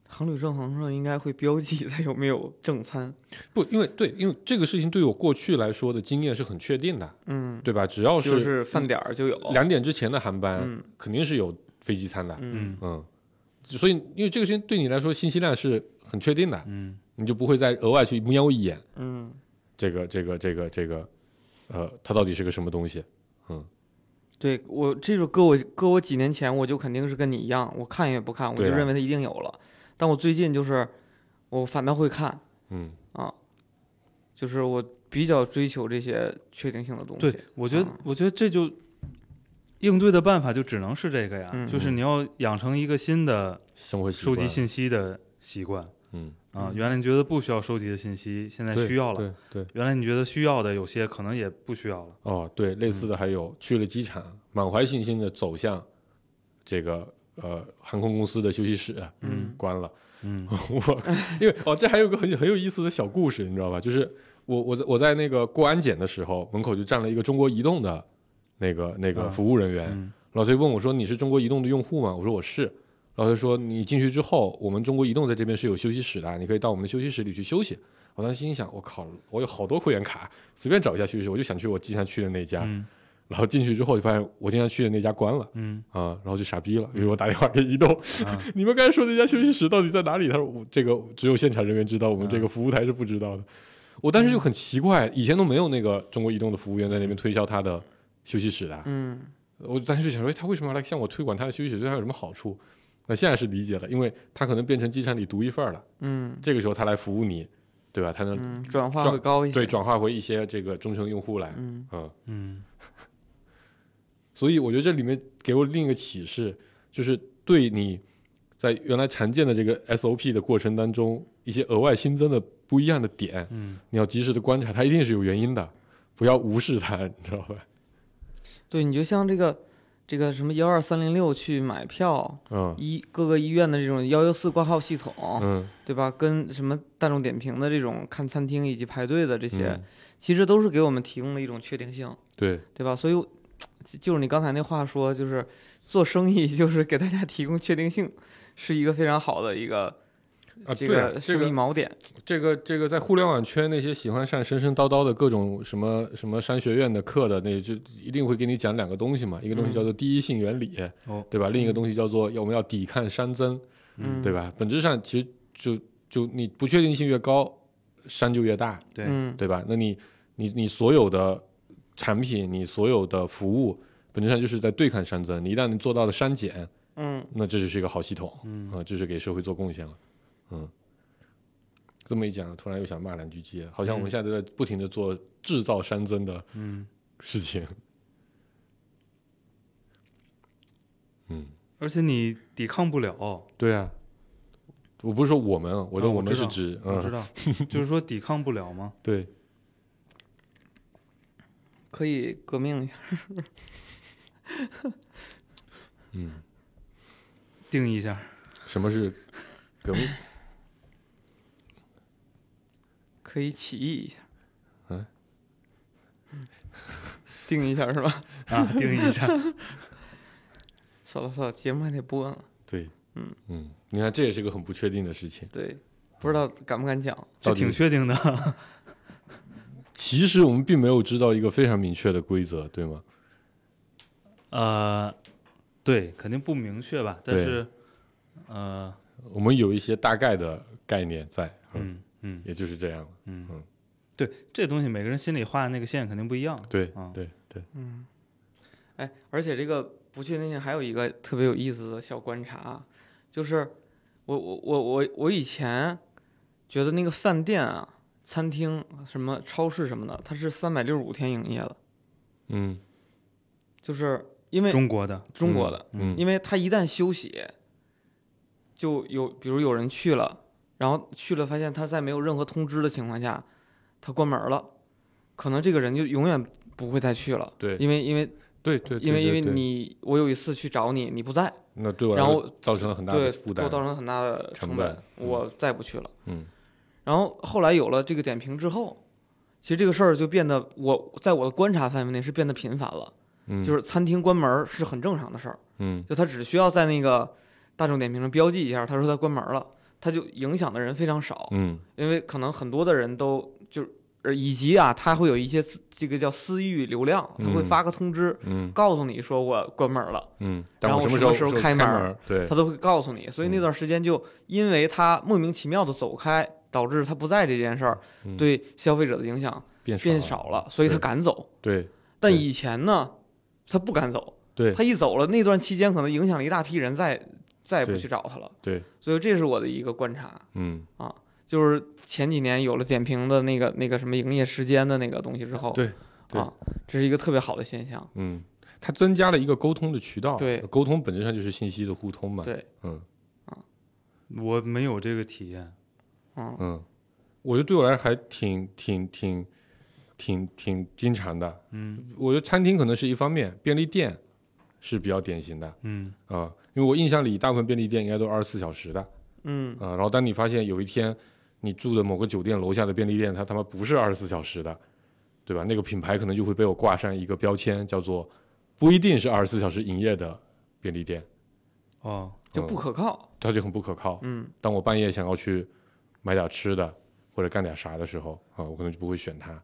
航旅证横上应该会标记它有没有正餐。不，因为对，因为这个事情对我过去来说的经验是很确定的，嗯，对吧？只要就是是饭点儿就有。两点之前的航班，嗯肯定是有飞机餐的。嗯嗯，嗯，所以因为这个事情对你来说信息量是很确定的，嗯，你就不会再额外去瞄一眼嗯，这个这个这个这个，呃，它到底是个什么东西？对我这首歌我搁我几年前我就肯定是跟你一样，我看也不看，我就对啊认为它一定有了。但我最近就是我反倒会看，嗯，就是我比较追求这些确定性的东西。对，我觉得嗯，我觉得这就应对的办法就只能是这个呀，嗯就是嗯你要养成一个新的生活习收惯集，信息的习惯嗯，啊。嗯原来你觉得不需要收集的信息，现在对需要了。对对，原来你觉得需要的，有些可能也不需要了。哦，对，类嗯似的还有、去了机场，满怀信心的走向这个呃航空公司的休息室，嗯关了。嗯我因为哦，这还有个很很有意思的小故事，你知道吧？就是我我在我在那个过安检的时候，门口就站了一个中国移动的那个那个嗯服务人员，嗯老崔问我说：“你是中国移动的用户吗？”我说：“我是。”老崔说：“你进去之后，我们中国移动在这边是有休息室的，你可以到我们的休息室里去休息。”我当时心想：“我靠，我有好多会员卡，随便找一下休息室，我就想去我经常去的那家。嗯然后进去之后，就发现我经常去的那家关了。嗯啊、然后就傻逼了，于是我打电话给移动，啊 你们刚才说那家休息室到底在哪里？他说我这个只有现场人员知道，我们啊这个服务台是不知道的。我当时就很奇怪，以前都没有那个中国移动的服务员在那嗯边推销他的休息室的，嗯我当时就想说，哎，他为什么要来向我推广他的休息室？对他有什么好处？那现在是理解了，因为他可能变成机场里独一份儿了，嗯这个时候他来服务你，对吧？他能、嗯，转化转会高一些。对转化回一些这个忠诚用户来，嗯嗯，嗯所以我觉得这里面给我另一个启示，就是对你在原来常见的这个 SOP 的过程当中，一些额外新增的不一样的点，嗯你要及时的观察，它一定是有原因的，不要无视它，你知道吧？对，你就像这个这个什么幺二三零六去买票，嗯医各个医院的这种幺幺四挂号系统，嗯，对吧？跟什么大众点评的这种看餐厅以及排队的这些，嗯其实都是给我们提供了一种确定性，对对吧？所以我就是你刚才那话说，就是做生意 就是给大家提供确定性，是一个非常好的一个、啊，这对啊个这生意个锚点。这个这个在互联网圈那些喜欢上神神叨叨的各种什么什么商学院的课的，那就一定会给你讲两个东西嘛，一个东西叫做第一性原理，哦对吧？另一个东西叫做要我们要抵抗熵增。嗯，对？吧？本质上其实就就你不确定性越高，山就越大，对嗯，对吧？那你你你所有的产品，你所有的服务，本质上就是在对抗山增。你一旦能做到了删减，嗯，那这就是一个好系统，嗯啊、这是给社会做贡献了，嗯。这么一讲，突然又想骂两句街，好像我嗯们现在都在不停的做制造山增的嗯，事情。嗯，而且你抵抗不了，对啊，我不是说我们啊，我的啊我我们知是道指，我知嗯， 道，就是说抵抗不了嘛。对，可以革命一下。嗯，定义一下，什么是革命？可以起义一下。嗯嗯，定一下是吧？ 啊，定义一下，算了算了，节目还得播呢。对，嗯嗯，你看这也是个很不确定的事情。对，不知道敢不敢讲。这到底挺确定的。 其实我们并没有知道一个非常明确的规则，对吗？呃，对，肯定不明确吧，但对是，呃，我们有一些大概的概念在，嗯，嗯嗯也就是这样了。嗯嗯，对，这东西每个人心里画的那个线肯定不一样。对啊，对，对，嗯，哎，而且这个不确定性还有一个特别有意思的小观察，啊就是我我我我我以前觉得那个饭店啊、餐厅、什么超市什么的，它是三百六十五天营业的，嗯就是因为中国的，中国的，嗯，因为它一旦休息，就有比如有人去了，然后去了发现他在没有任何通知的情况下，他关门了，可能这个人就永远不会再去了。对因为因为对对，因为因为对对你我有一次去找你，你不在，那对我来然说后造成了很大对，的给负我担，造成了很大的成成本嗯我再不去了。嗯然后后来有了这个点评之后，其实这个事儿就变得我在我的观察范围内是变得频繁了，嗯，就是餐厅关门儿是很正常的事儿，嗯就他只需要在那个大众点评上标记一下，他说他关门了，他就影响的人非常少，嗯因为可能很多的人都就呃以及啊，他会有一些自这个叫私域流量，他会嗯发个通知。嗯告诉你说我关门了，嗯，然但后我什什么么时时候候开门门儿儿？对他，都会告诉你，所以那嗯段时间就因为他莫名其妙的走开，导致他不在这件事儿嗯对消费者的影响变变少了，少了，所以他对敢走。对但对以前呢，他不敢走，对他一走了，那段期间可能影响了一大批人再，再也不对去找他了。对，所以这是我的一个观察，嗯就是前几年有了点评的那个那个什么营业时间的那个东西之后，对对啊，这是一个特别好的现象。嗯，它增加了一个沟通的渠道，对沟通本质上就是信息的互通嘛，对，嗯我没有这个体验。嗯嗯，我觉得对我来说还挺挺挺挺挺经常的，嗯我觉得餐厅可能是一方面，便利店是比较典型的啊、嗯因为我印象里大部分便利店应该都是二十四小时的啊、嗯，然后当你发现有一天你住的某个酒店楼下的便利店，它他妈不是二十四小时的，对吧？那个品牌可能就会被我挂上一个标签，叫做不一定是二十四小时营业的便利店，哦，就嗯不可靠。它就很不可靠。嗯当我半夜想要去买点吃的或者干点啥的时候啊、我可能就不会选它。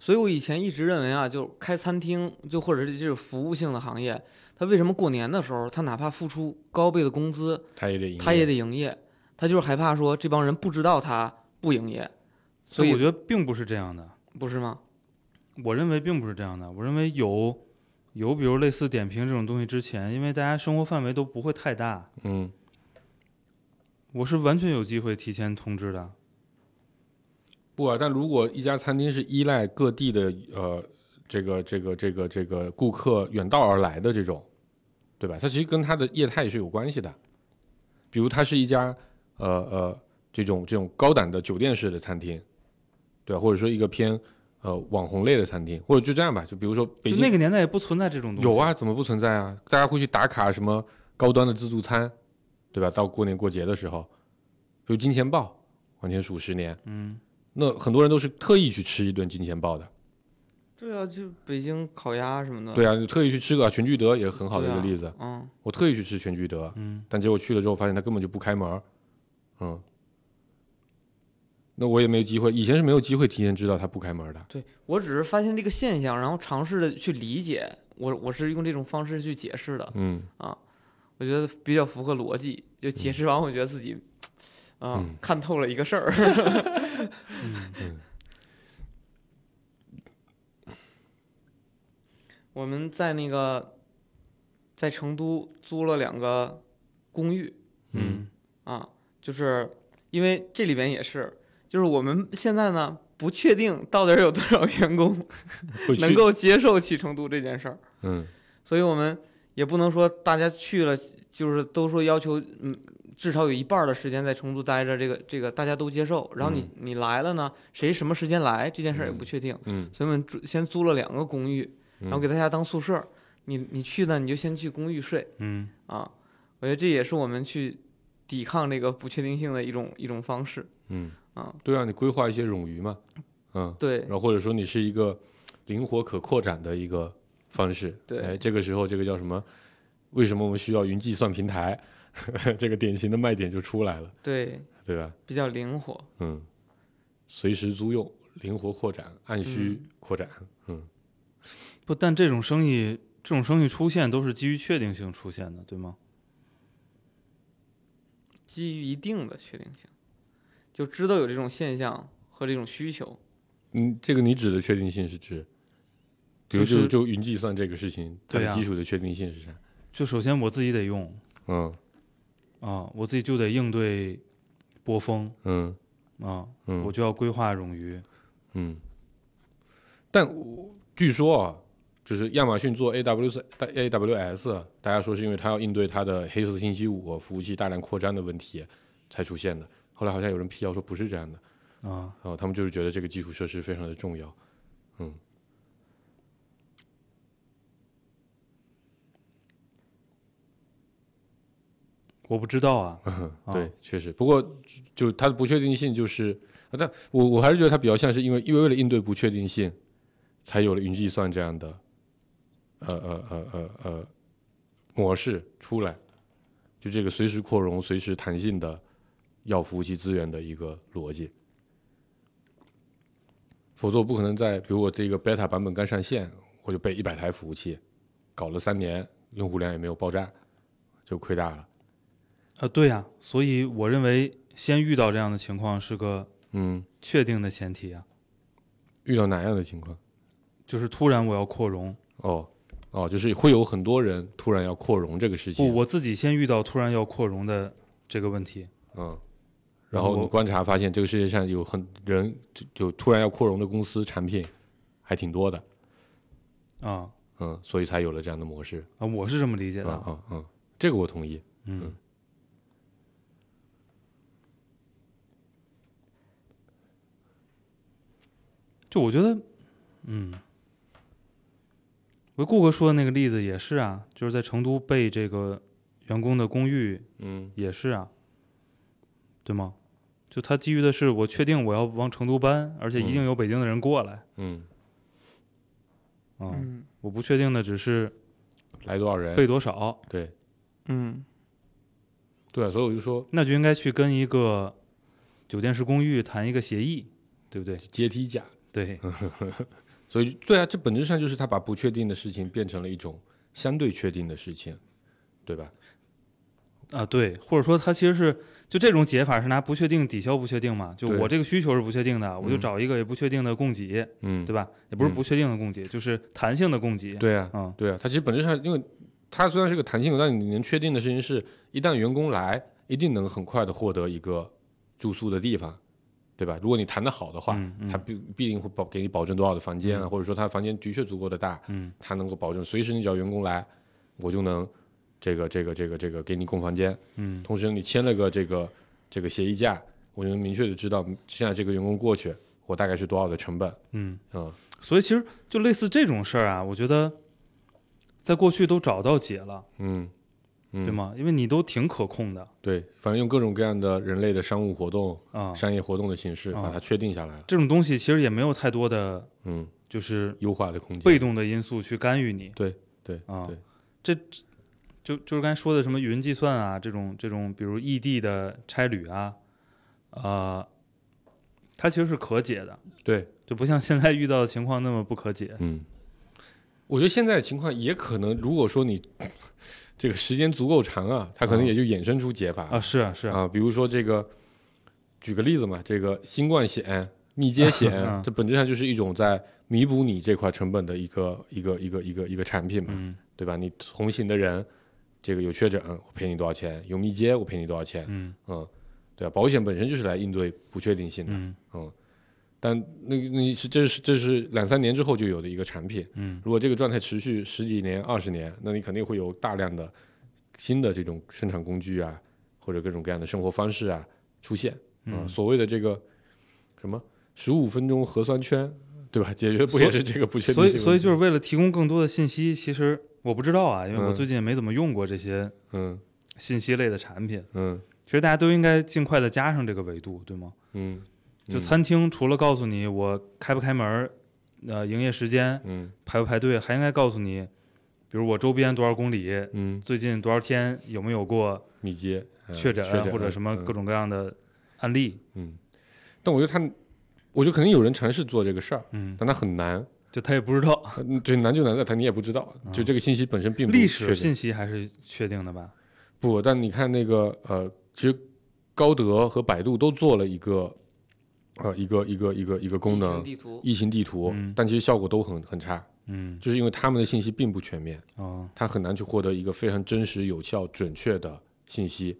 所以我以前一直认为啊，就开餐厅，就或者是这种服务性的行业，他为什么过年的时候，他哪怕付出高倍的工资，它也得营业，他也得营业，他就是害怕说这帮人不知道他不营业，所所以以我觉得并不是这样的。不是吗？我认为并不是这样的。我认为有有，比如类似点评这种东西之前，因为大家生活范围都不会太大，嗯。我是完全有机会提前通知的。不啊，但如果一家餐厅是依赖各地的呃这个这个这个这个顾客远道而来的这种，对吧？它其实跟它的业态是有关系的。比如它是一家呃呃这种这种高档的酒店式的餐厅，对吧、或者说一个偏呃网红类的餐厅，或者就这样吧，就比如说北就京那个年代也不存在这种东西。有啊，，怎么不存在啊？大家会去打卡什么高端的自助餐，对吧？到过年过节的时候，比如金钱豹，往前数十年，嗯，那很多人都是特意去吃一顿金钱豹的，对啊，就北京烤鸭什么的，对啊，就特意去吃个全聚德也是很好的一个嗯对啊例子，嗯，我特意去吃全聚德，嗯，但结果去了之后发现它根本就不开门儿，嗯，那我也没有机会，以前是没有机会提前知道它不开门儿的，对我只是发现这个现象，然后尝试的去理解，我我是用这种方式去解释的，嗯，我觉得比较符合逻辑。就解释完，我觉得自己，啊、嗯看透了一个事儿。嗯我们在那个，在成都租了两个公寓嗯啊，就是因为这里边也是，就是我们现在呢不确定到底有多少员工会去能，够接受去成都这件事儿。嗯所以我们也不能说大家去了就是都说要求，嗯，至少有一半儿的时间在成都待着，这个这个大家都接受。然后你、你来了呢，谁什么时间来这件事儿也不确定，嗯所以我们住先租了两个公寓，嗯，然后给大家当宿舍。你你去呢，你就先去公寓睡嗯，啊。我觉得这也是我们去抵抗这个不确定性的一种一种方式嗯，啊。对啊，你规划一些冗余嘛，嗯。对然，后或者说你是一个灵活可扩展的一个方式。对哎，这个时候这个叫什么？为什么我们需要云计算平台？ 这个典型的卖点就出来了，对，对吧？比较灵活。嗯，随时租用，灵活扩展，按需扩展。不，但这种生意，这种生意出现都是基于确定性出现的，对吗？基于一定的确定性，就知道有这种现象和这种需求。嗯，这个你指的确定性是指，比如就就是就云计算这个事情，它对的啊基础的确定性是啥？就首先我自己得用嗯啊，我自己就得应对波峰嗯啊，嗯，我就要规划冗余。嗯，但我据说啊，就是亚马逊做 AWS AWS，大家说是因为它要应对它的黑色星期五服务器大量扩张的问题才出现的。后来好像有人辟谣说不是这样的，啊，然后他们就是觉得这个基础设施非常的重要。我不知道啊，啊对，确实。不过就它的不确定性就是，啊但我我还是觉得它比较像是因为因为为了应对不确定性，才有了云计算这样的，呃呃呃呃呃模式出来，就这个随时扩容、随时弹性的要服务器资源的一个逻辑。否则我不可能在，比如我这个 beta 版本刚上线，我就备一百台服务器，搞了三年，用户量也没有爆炸，就亏大了。啊，对呀、所以我认为先遇到这样的情况是个嗯，确定的前提啊，遇到哪样的情况？就是突然我要扩容，哦哦，就是会有很多人突然要扩容这个事情，不，我自己先遇到突然要扩容的这个问题，嗯，然然后后你观察发现这个世界上有很人就就突然要扩容的公司产品还挺多的，啊嗯，所以才有了这样的模式，啊，我是这么理解嗯的，嗯嗯，这个我同意，嗯就我觉得，嗯，我顾哥说的那个例子也是啊，就是在成都被这个员工的公寓嗯也是啊，对吗？就他基于的是我确定我要往成都搬，而且一定有北京的人过来，嗯，嗯，嗯我不确定的只是来多少人？备多少，对嗯对啊，所以我就说那就应该去跟一个酒店式公寓谈一个协议，对不对？阶梯价，对，嗯所以对啊，这本质上就是他把不确定的事情变成了一种相对确定的事情，对吧？啊，对，或者说他其实是就这种解法是拿不确定抵消不确定嘛？就对我这个需求是不确定的，我就嗯找一个也不确定的供给，嗯，对吧？也不是嗯不确定的供给，就是弹性的供给。，对啊，嗯，对啊，它其实本质上，因为它虽然是个弹性，但你能确定的事情是，一旦员工来，一定能很快的获得一个住宿的地方，对吧？如果你谈得好的话，嗯嗯他必必定会保给你保证多少的房间啊，嗯或者说他房间的确足够的大，嗯，他能够保证随时你只要员工来，我就能这个这个这个这个给你供房间。嗯，同时你签了个这个这个协议价，我就能明确的知道现在这个员工过去，我大概是多少的成本。嗯，嗯所以其实就类似这种事儿啊，我觉得在过去都找到解了，嗯嗯，对？吗？因为你都挺可控的对，反正用各种各样的人类的商务活动。啊，商业活动的形式，啊把它确定下来了。这种东西其实也没有太多的嗯，就是优化的空间。被动的因素去干预你。对对啊对，这就就是刚才说的什么云计算啊，这种这种，比如异地的差旅啊，呃，它其实是可解的，对，就不像现在遇到的情况那么不可解。嗯，我觉得现在的情况也可能，如果说你 这个时间足够长啊，它可能啊也就衍生出解法啊，是啊是啊，啊比如说这个，举个例子嘛，这个新冠险、密接险， 啊这本质上就是一种在弥补你这块成本的一个一个一个一个一个产品嘛，嗯对吧？你同行的人，这个有确诊，我赔你多少钱；有密接，我赔你多少钱。嗯嗯，对啊，保险本身就是来应对不确定性的。嗯但那个你是这是这是两三年之后就有的一个产品，嗯，如果这个状态持续十几年、二十年，那你肯定会有大量的新的这种生产工具啊，或者各种各样的生活方式啊出现啊、嗯，所谓的这个什么十五分钟核酸圈，对吧？解决不也是这个不确定所性以问题？所以就是为了提供更多的信息，其实我不知道啊，因为我嗯最近也没怎么用过这些嗯信息类的产品。嗯其实大家都应该尽快的加上这个维度，对吗？嗯就嗯餐厅除了告诉你我开不开门儿，呃，营业时间嗯排不排队，还应该告诉你，比如我周边多少公里，嗯，最近多少天有没有过密接、呃确诊,、啊确诊或者什么嗯各种各样的案例。嗯，但我觉得他，我觉得肯定有人尝试做这个事儿，嗯，但他很难。就他也不知道嗯，对，难就难在它你也不知道，就这个信息本身并不啊历确史定信息还是确定的吧？不，但你看那个呃，其实高德和百度都做了一个呃一个一个一个一个功能地图，疫情地图，嗯但其实效果都很很差，嗯，就是因为他们的信息并不全面，哦，它很难去获得一个非常真实、有效、准确的信息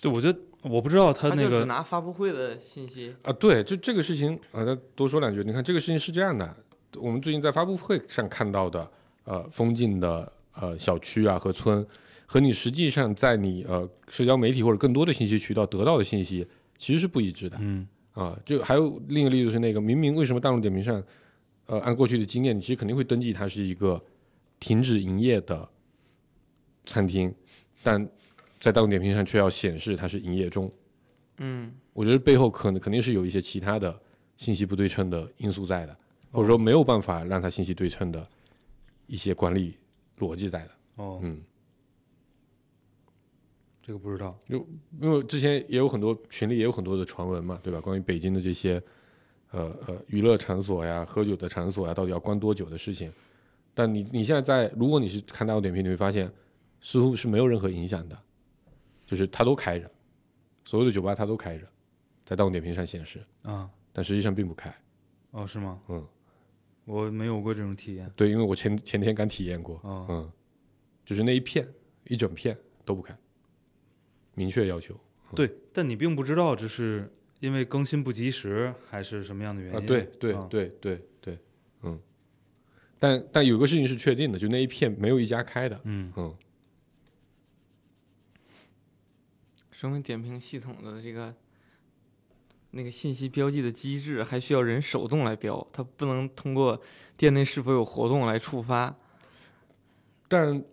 对，我觉得我不知道他他那就只个，拿发布会的信息，呃啊。对，就这个事情啊，咱多说两句。你看这个事情是这样的，我们最近在发布会上看到的呃封禁的呃小区啊和村，和你实际上在你呃社交媒体或者更多的信息渠道得到的信息其实是不一致的。嗯啊，就还有另一个例子是那个，明明为什么大众点评上，呃，按过去的经验，你其实肯定会登记它是一个停止营业的餐厅，但在大众点评上却要显示它是营业中。嗯，我觉得背后可能肯定是有一些其他的信息不对称的因素在的，或者说没有办法让它信息对称的一些管理逻辑在的。哦，嗯，这个不知道。因为之前也有很多群里也有很多的传闻嘛，对吧？关于北京的这些，呃呃，娱乐场所呀、喝酒的场所呀，到底要关多久的事情。但你你现在在，如果你是看大众点评，你会发现似乎是没有任何影响的，就是它都开着，所有的酒吧它都开着，在大众点评上显示，啊，但实际上并不开。哦，是吗？嗯，我没有过这种体验。对，因为我前前天刚体验过，哦，嗯，就是那一片一整片都不开，明确要求啊对，但你并不知道这是因为更新不及时还是什么样的原因。啊，对对啊对对对，嗯，但但有个事情是确定的，就那一片没有一家开的，嗯，嗯，说明点评系统的这个那个信息标记的机制还需要人手动来标，它不能通过店内是否有活动来触嗯发。但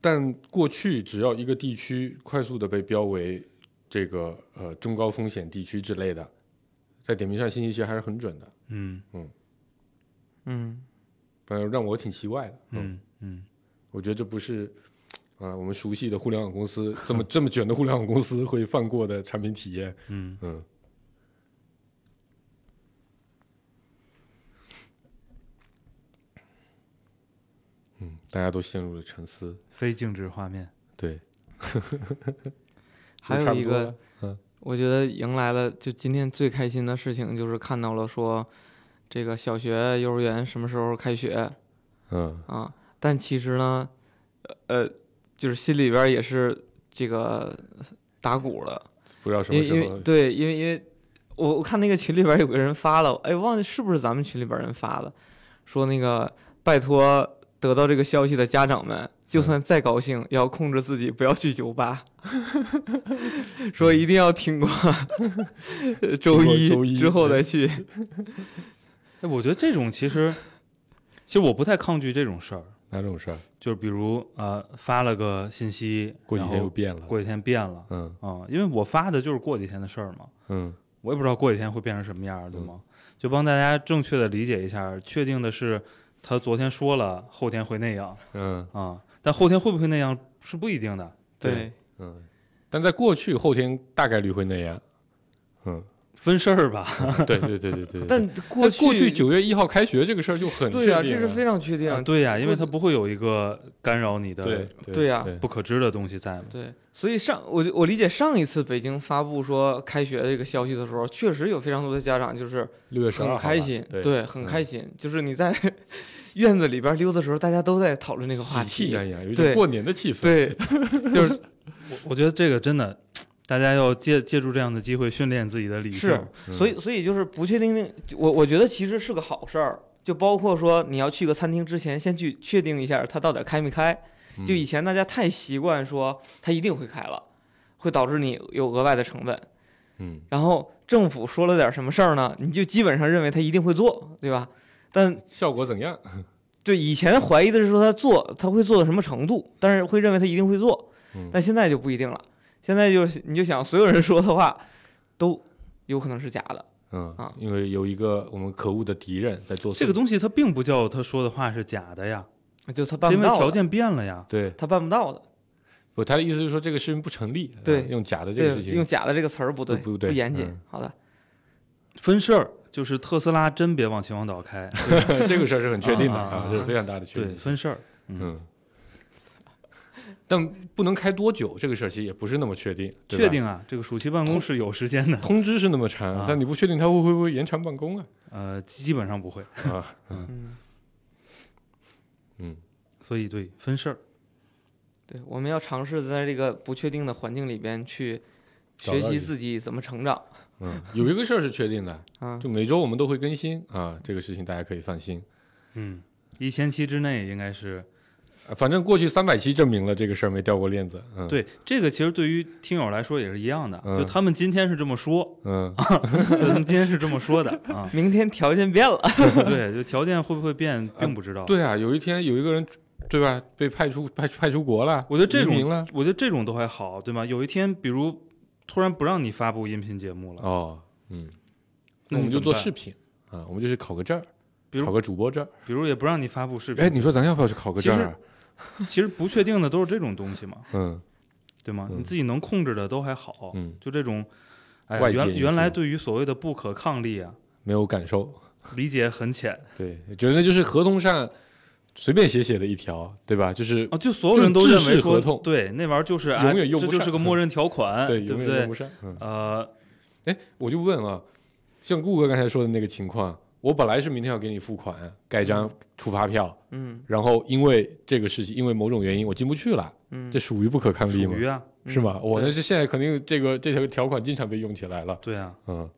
但过去只要一个地区快速的被标为这个呃中高风险地区之类的，在点评上信息其实还是很准的，嗯嗯，反正让我挺奇怪的，嗯嗯，我觉得这不是啊、我们熟悉的互联网 公司这么这么卷的互联网公司会放过的产品体验。嗯嗯。嗯，大家都陷入了沉思。非静止画面。对，还就有差不一多个了，我觉得迎来了就今天最开心的事情，就是看到了说这个小学、幼儿园什么时候开学嗯啊？但其实呢，呃，呃就是心里边也是这个打鼓了。不知道什因么为因时为候。对，因为因为我我看那个群里边有个人发了，哎，忘记是不是咱们群里边人发了，说那个拜托得到这个消息的家长们，嗯就算再高兴，也要控制自己不要去酒吧， 说一定要挺 过呃周过一周一之后再 去。哎，我觉得这种其实，其实我不太抗拒这种事儿，哪种事儿？就是比如呃发了个信息，过几天然又后变了。过几天变了嗯啊、因为我发的就是过几天的事儿嘛，嗯我也不知道过几天会变成什么样儿，对吗？就帮大家正确的理解一下，确定的是他昨天说了，后天会那样嗯啊、但后天会不会那样是不一定的。对，嗯。但在过去，后天大概率会那 样。嗯，分事儿吧，对对对对对。但过过过去九月一号开学这个事儿就很对啊，确定这是了非常确定 啊。对呀、因为它不会有一个干扰你对的对啊呀不可知的东西在嘛。对，所以上我就我理解上一次北京发布说开学这个消息的时候，确实有非常多的家长就是六月十二很开心，对，很嗯开心。就是你在 院子里边溜的时候，大家都在讨论这个话喜气题。洋洋，有一对种过年的气氛。 对，就是我我觉得这个真的，大家要借借助这样的机会训练自己的理性。是，嗯所以所以就是不确定性，我我觉得其实是个好事儿。就包括说你要去个餐厅之前，先去确定一下它到底开没开。嗯就以前大家太习惯说它一定会开了，会导致你有额外的成本。嗯，然后政府说了点什么事儿呢，你就基本上认为它一定会做，对吧？但效果怎样？对，以前怀疑的是说他做他会做到什么程度，但是会认为他一定会做嗯，但现在就不一定了。现在就是你就想所有人说的话都有可能是假的，嗯啊，因为有一个我们可恶的敌人在做这个东西它并不叫他说的话是假的呀，就他办因不为到条的，件变了呀。对，他办不到的。不，他的意思是说这个事情不成立，对啊用假的这个对事，情 用，假的这个词儿不对，不不对严谨。嗯好的，分事儿就是特斯拉真别往秦皇岛开，这个事儿是很确定的啊啊啊啊，这是非常大的确对，定。分事儿。嗯，但不能开多久，这个事儿其实也不是那么确定，对吧确。定啊，这个暑期办公是有时间的，通知是那么长啊，但你不确定他会会不会延长办公啊？呃，基本上不会。啊，嗯，嗯，所以对，分事儿。对，我们要尝试在这个不确定的环境里边去学习自己怎么成长。嗯，有一个事儿是确定的，啊，。就每周我们都会更新啊，这个事情大家可以放心。嗯，一千期之内应该是啊反正过去三百期证明了这个事儿没掉过链子。嗯，，对这个，其实对于听友来说也是一样的，嗯就他们今天是这么说，嗯，就他们今天是这么说的啊 明天条件变了，对，就条件会不会变，并不知道。，对啊，有一天有一个人，对吧？被派出派派出国了，我觉得这移种民了。我觉得这种都还好，对吗？有一天，比如突然不让你发布音频节目了，哦，嗯，那那你我们就怎么做办视频啊，我们就去考个证儿比如考个主播证儿。比如也不让你发布视频。哎，你说咱要不要去考个其证实儿啊？其实不确定的都是这种东西嘛，嗯对吗？嗯你自己能控制的都还好，嗯，就这种，哎呀，外界因原素原来对于所谓的不可抗力啊，没有感受。理解很浅对，觉得就是合同上随便写写的一条，对吧？就是啊，就所有人都认就是为制式合说同，对，那玩意儿就是啊，永远用这不就是上嗯个默认条款，哎对，对永不远用对不？上。嗯，呃，哎，我就问啊，像顾哥刚才说的那个情况，我本来是明天要给你付款，盖章出发票，嗯然后因为这个事情，因为某种原因我进不去了，嗯这，属于不可抗力属吗？于啊，嗯是吗？我对那是现在肯定这个这条条款经常被用起来了。对啊。嗯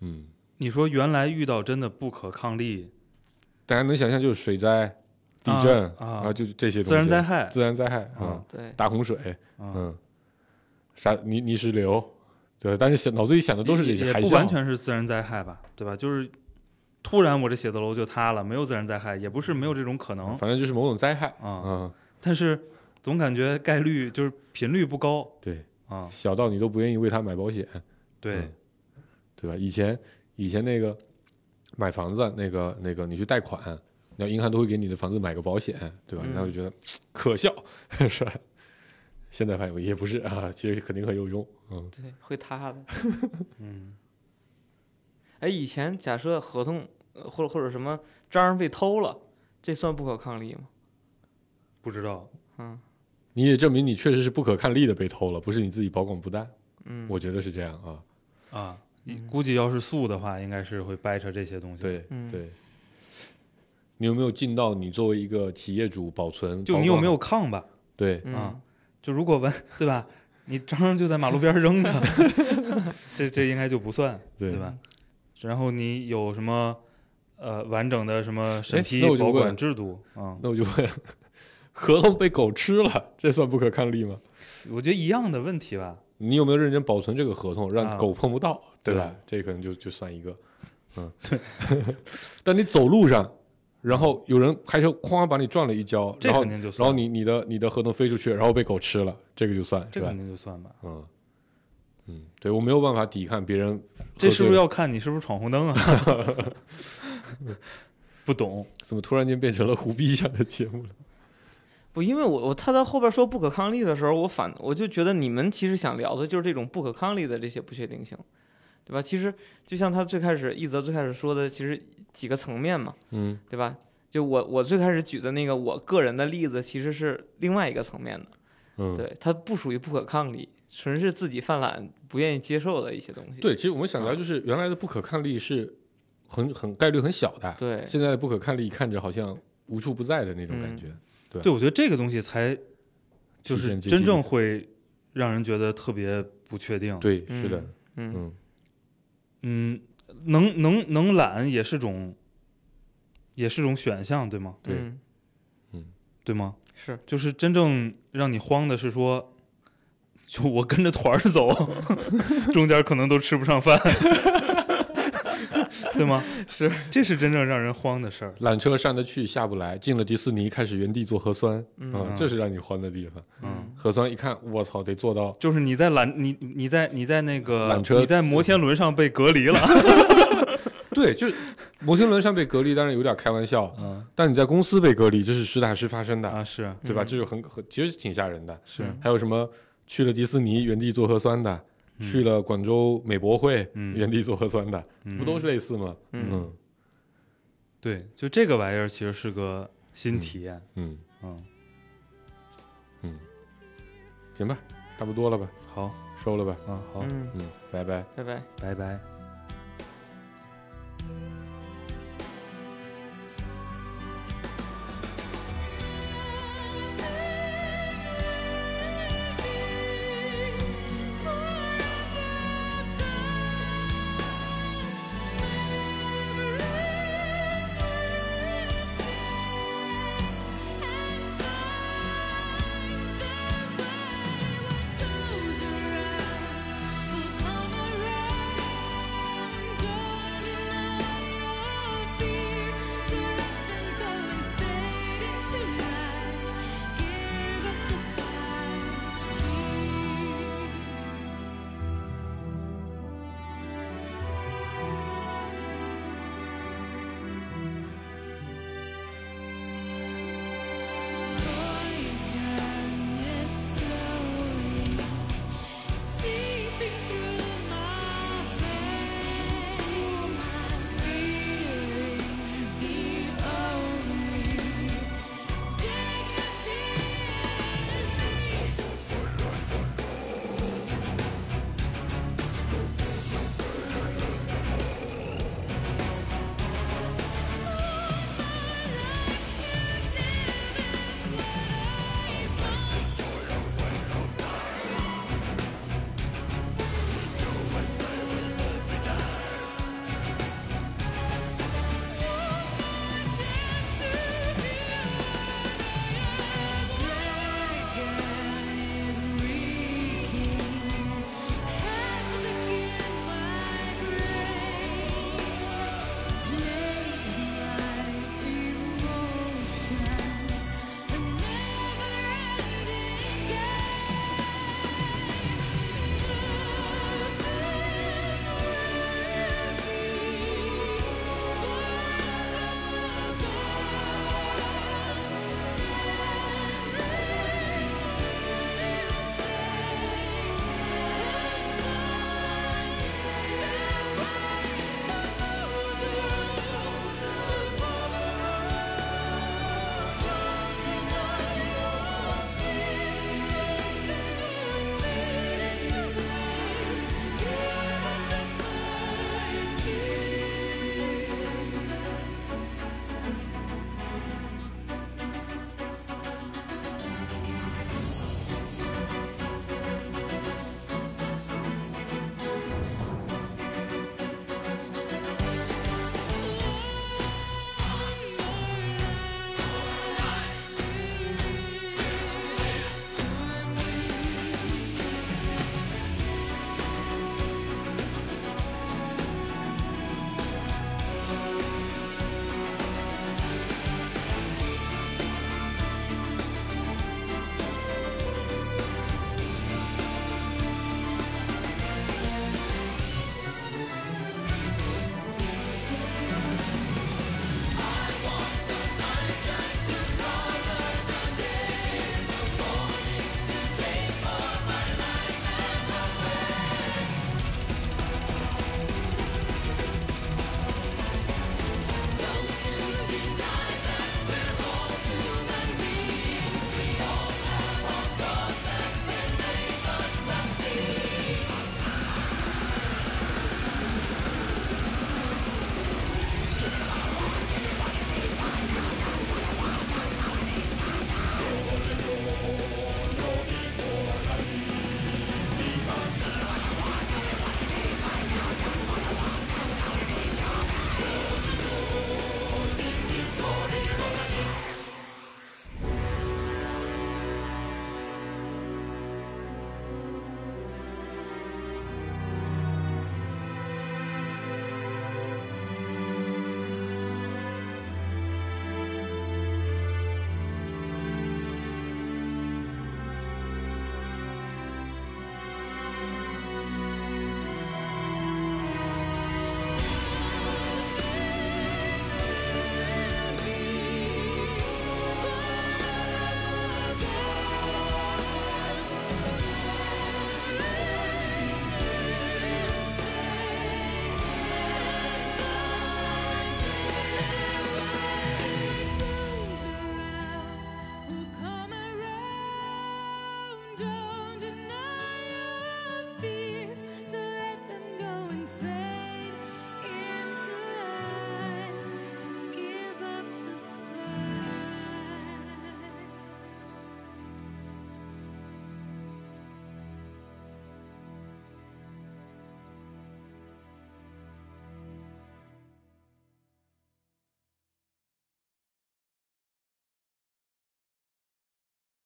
嗯，你说原来遇到真的不可抗力，大家能想象就是水灾、地啊震啊就是这些东西自然灾害自然灾害啊。啊对，大洪水，啊嗯，啥泥泥石流，对，但是想脑子里想的都是这也些也海不完啸，全是自然灾害吧，对吧？就是突然我这写字楼就塌了，没有自然灾害，也不是没有这种可能反正就是某种灾害，啊，嗯，但是总感觉概率就是频率不高对，啊。小到你都不愿意为他买保险，对嗯，对吧？以前以前那个买房子，啊那个那个你去贷款，啊那银行都会给你的房子买个保险，对吧？嗯然后就觉得嘖可笑， 是吧？现在发现也不是啊，其实肯定很有用，嗯对，会塌的。嗯，哎，以前假设合同呃或者或者什么章儿被偷了，这算不可抗力吗？不知道，嗯你也证明你确实是不可抗力的被偷了，不是你自己保管不当，嗯，我觉得是这样啊，啊，你估计要是素的话，应该是会掰扯这些东西。，嗯对嗯对。你有没有尽到你作为一个企业主保存？就保你有管没有好？抗吧？对，嗯啊，就如果完， 对吧？你章儿就在马路边儿扔的， 这这应该就不算，对对吧？然后你有什么呃完整的什么审哎批那我就保管问制度啊、嗯那我就问， 合同被狗吃了，这算不可抗力吗？我觉得一样的问题吧。你有没有认真保存这个合同，啊让狗碰不到，对吧？这可能就就算一个，嗯， 对。但你走路上，然后有人开车哐把你撞了一跤，这然后肯定就算然后你你的你的合同飞出去，然后被狗吃了，这个就算这是吧肯？定就算吧。嗯嗯，对我没有办法抵抗别人，这是不是要看你是不是闯红灯啊？ 不懂，怎么突然间变成了胡逼一下的节目了？不，因为我我他到后边说不可抗力的时候，我反我就觉得你们其实想聊的就是这种不可抗力的这些不确定性，对吧？其实就像他最开始一泽最开始说的，其实几个层面嘛，嗯。对吧？就我我最开始举的那个我个人的例子，其实是另外一个层面的，嗯，对，它不属于不可抗力，纯是自己犯懒不愿意接受的一些东西。对，其实我们想聊就是原来的不可抗力是很很概率很小的，对现在的不可抗力看着好像无处不在的那种感嗯觉，对我觉得这个东西才就体是现阶真级正会让人觉得特别不确定。对，是的，嗯，嗯，嗯，能能能懒也是种，也是种选项，对吗？对啊嗯，对吗？是，就是真正让你慌的是说，就我跟着团儿走， 中间可能都吃不上饭， 对吗？是，这是真正让人慌的事儿。缆车上得去下不来，进了迪士尼开始原地做核酸，嗯啊这是让你慌的地方。嗯，核酸一看，我操，得做到就是你在缆你你在你在那个缆车你在摩天轮上被隔离了， 对，就是摩天轮上被隔离，当然有点开玩笑，嗯但你在公司被隔离，这是实打实发生的，啊是对吧？嗯这就很很其实挺吓人的。是嗯还有什么去了迪士尼原地做核酸的，嗯去了广州美博会嗯原地做核酸的，嗯不都是类似吗？嗯嗯对，就这个玩意儿其实是个新体验，嗯嗯，行吧，差不多了吧，好收了吧，啊好，嗯，嗯，拜拜。拜拜。拜拜。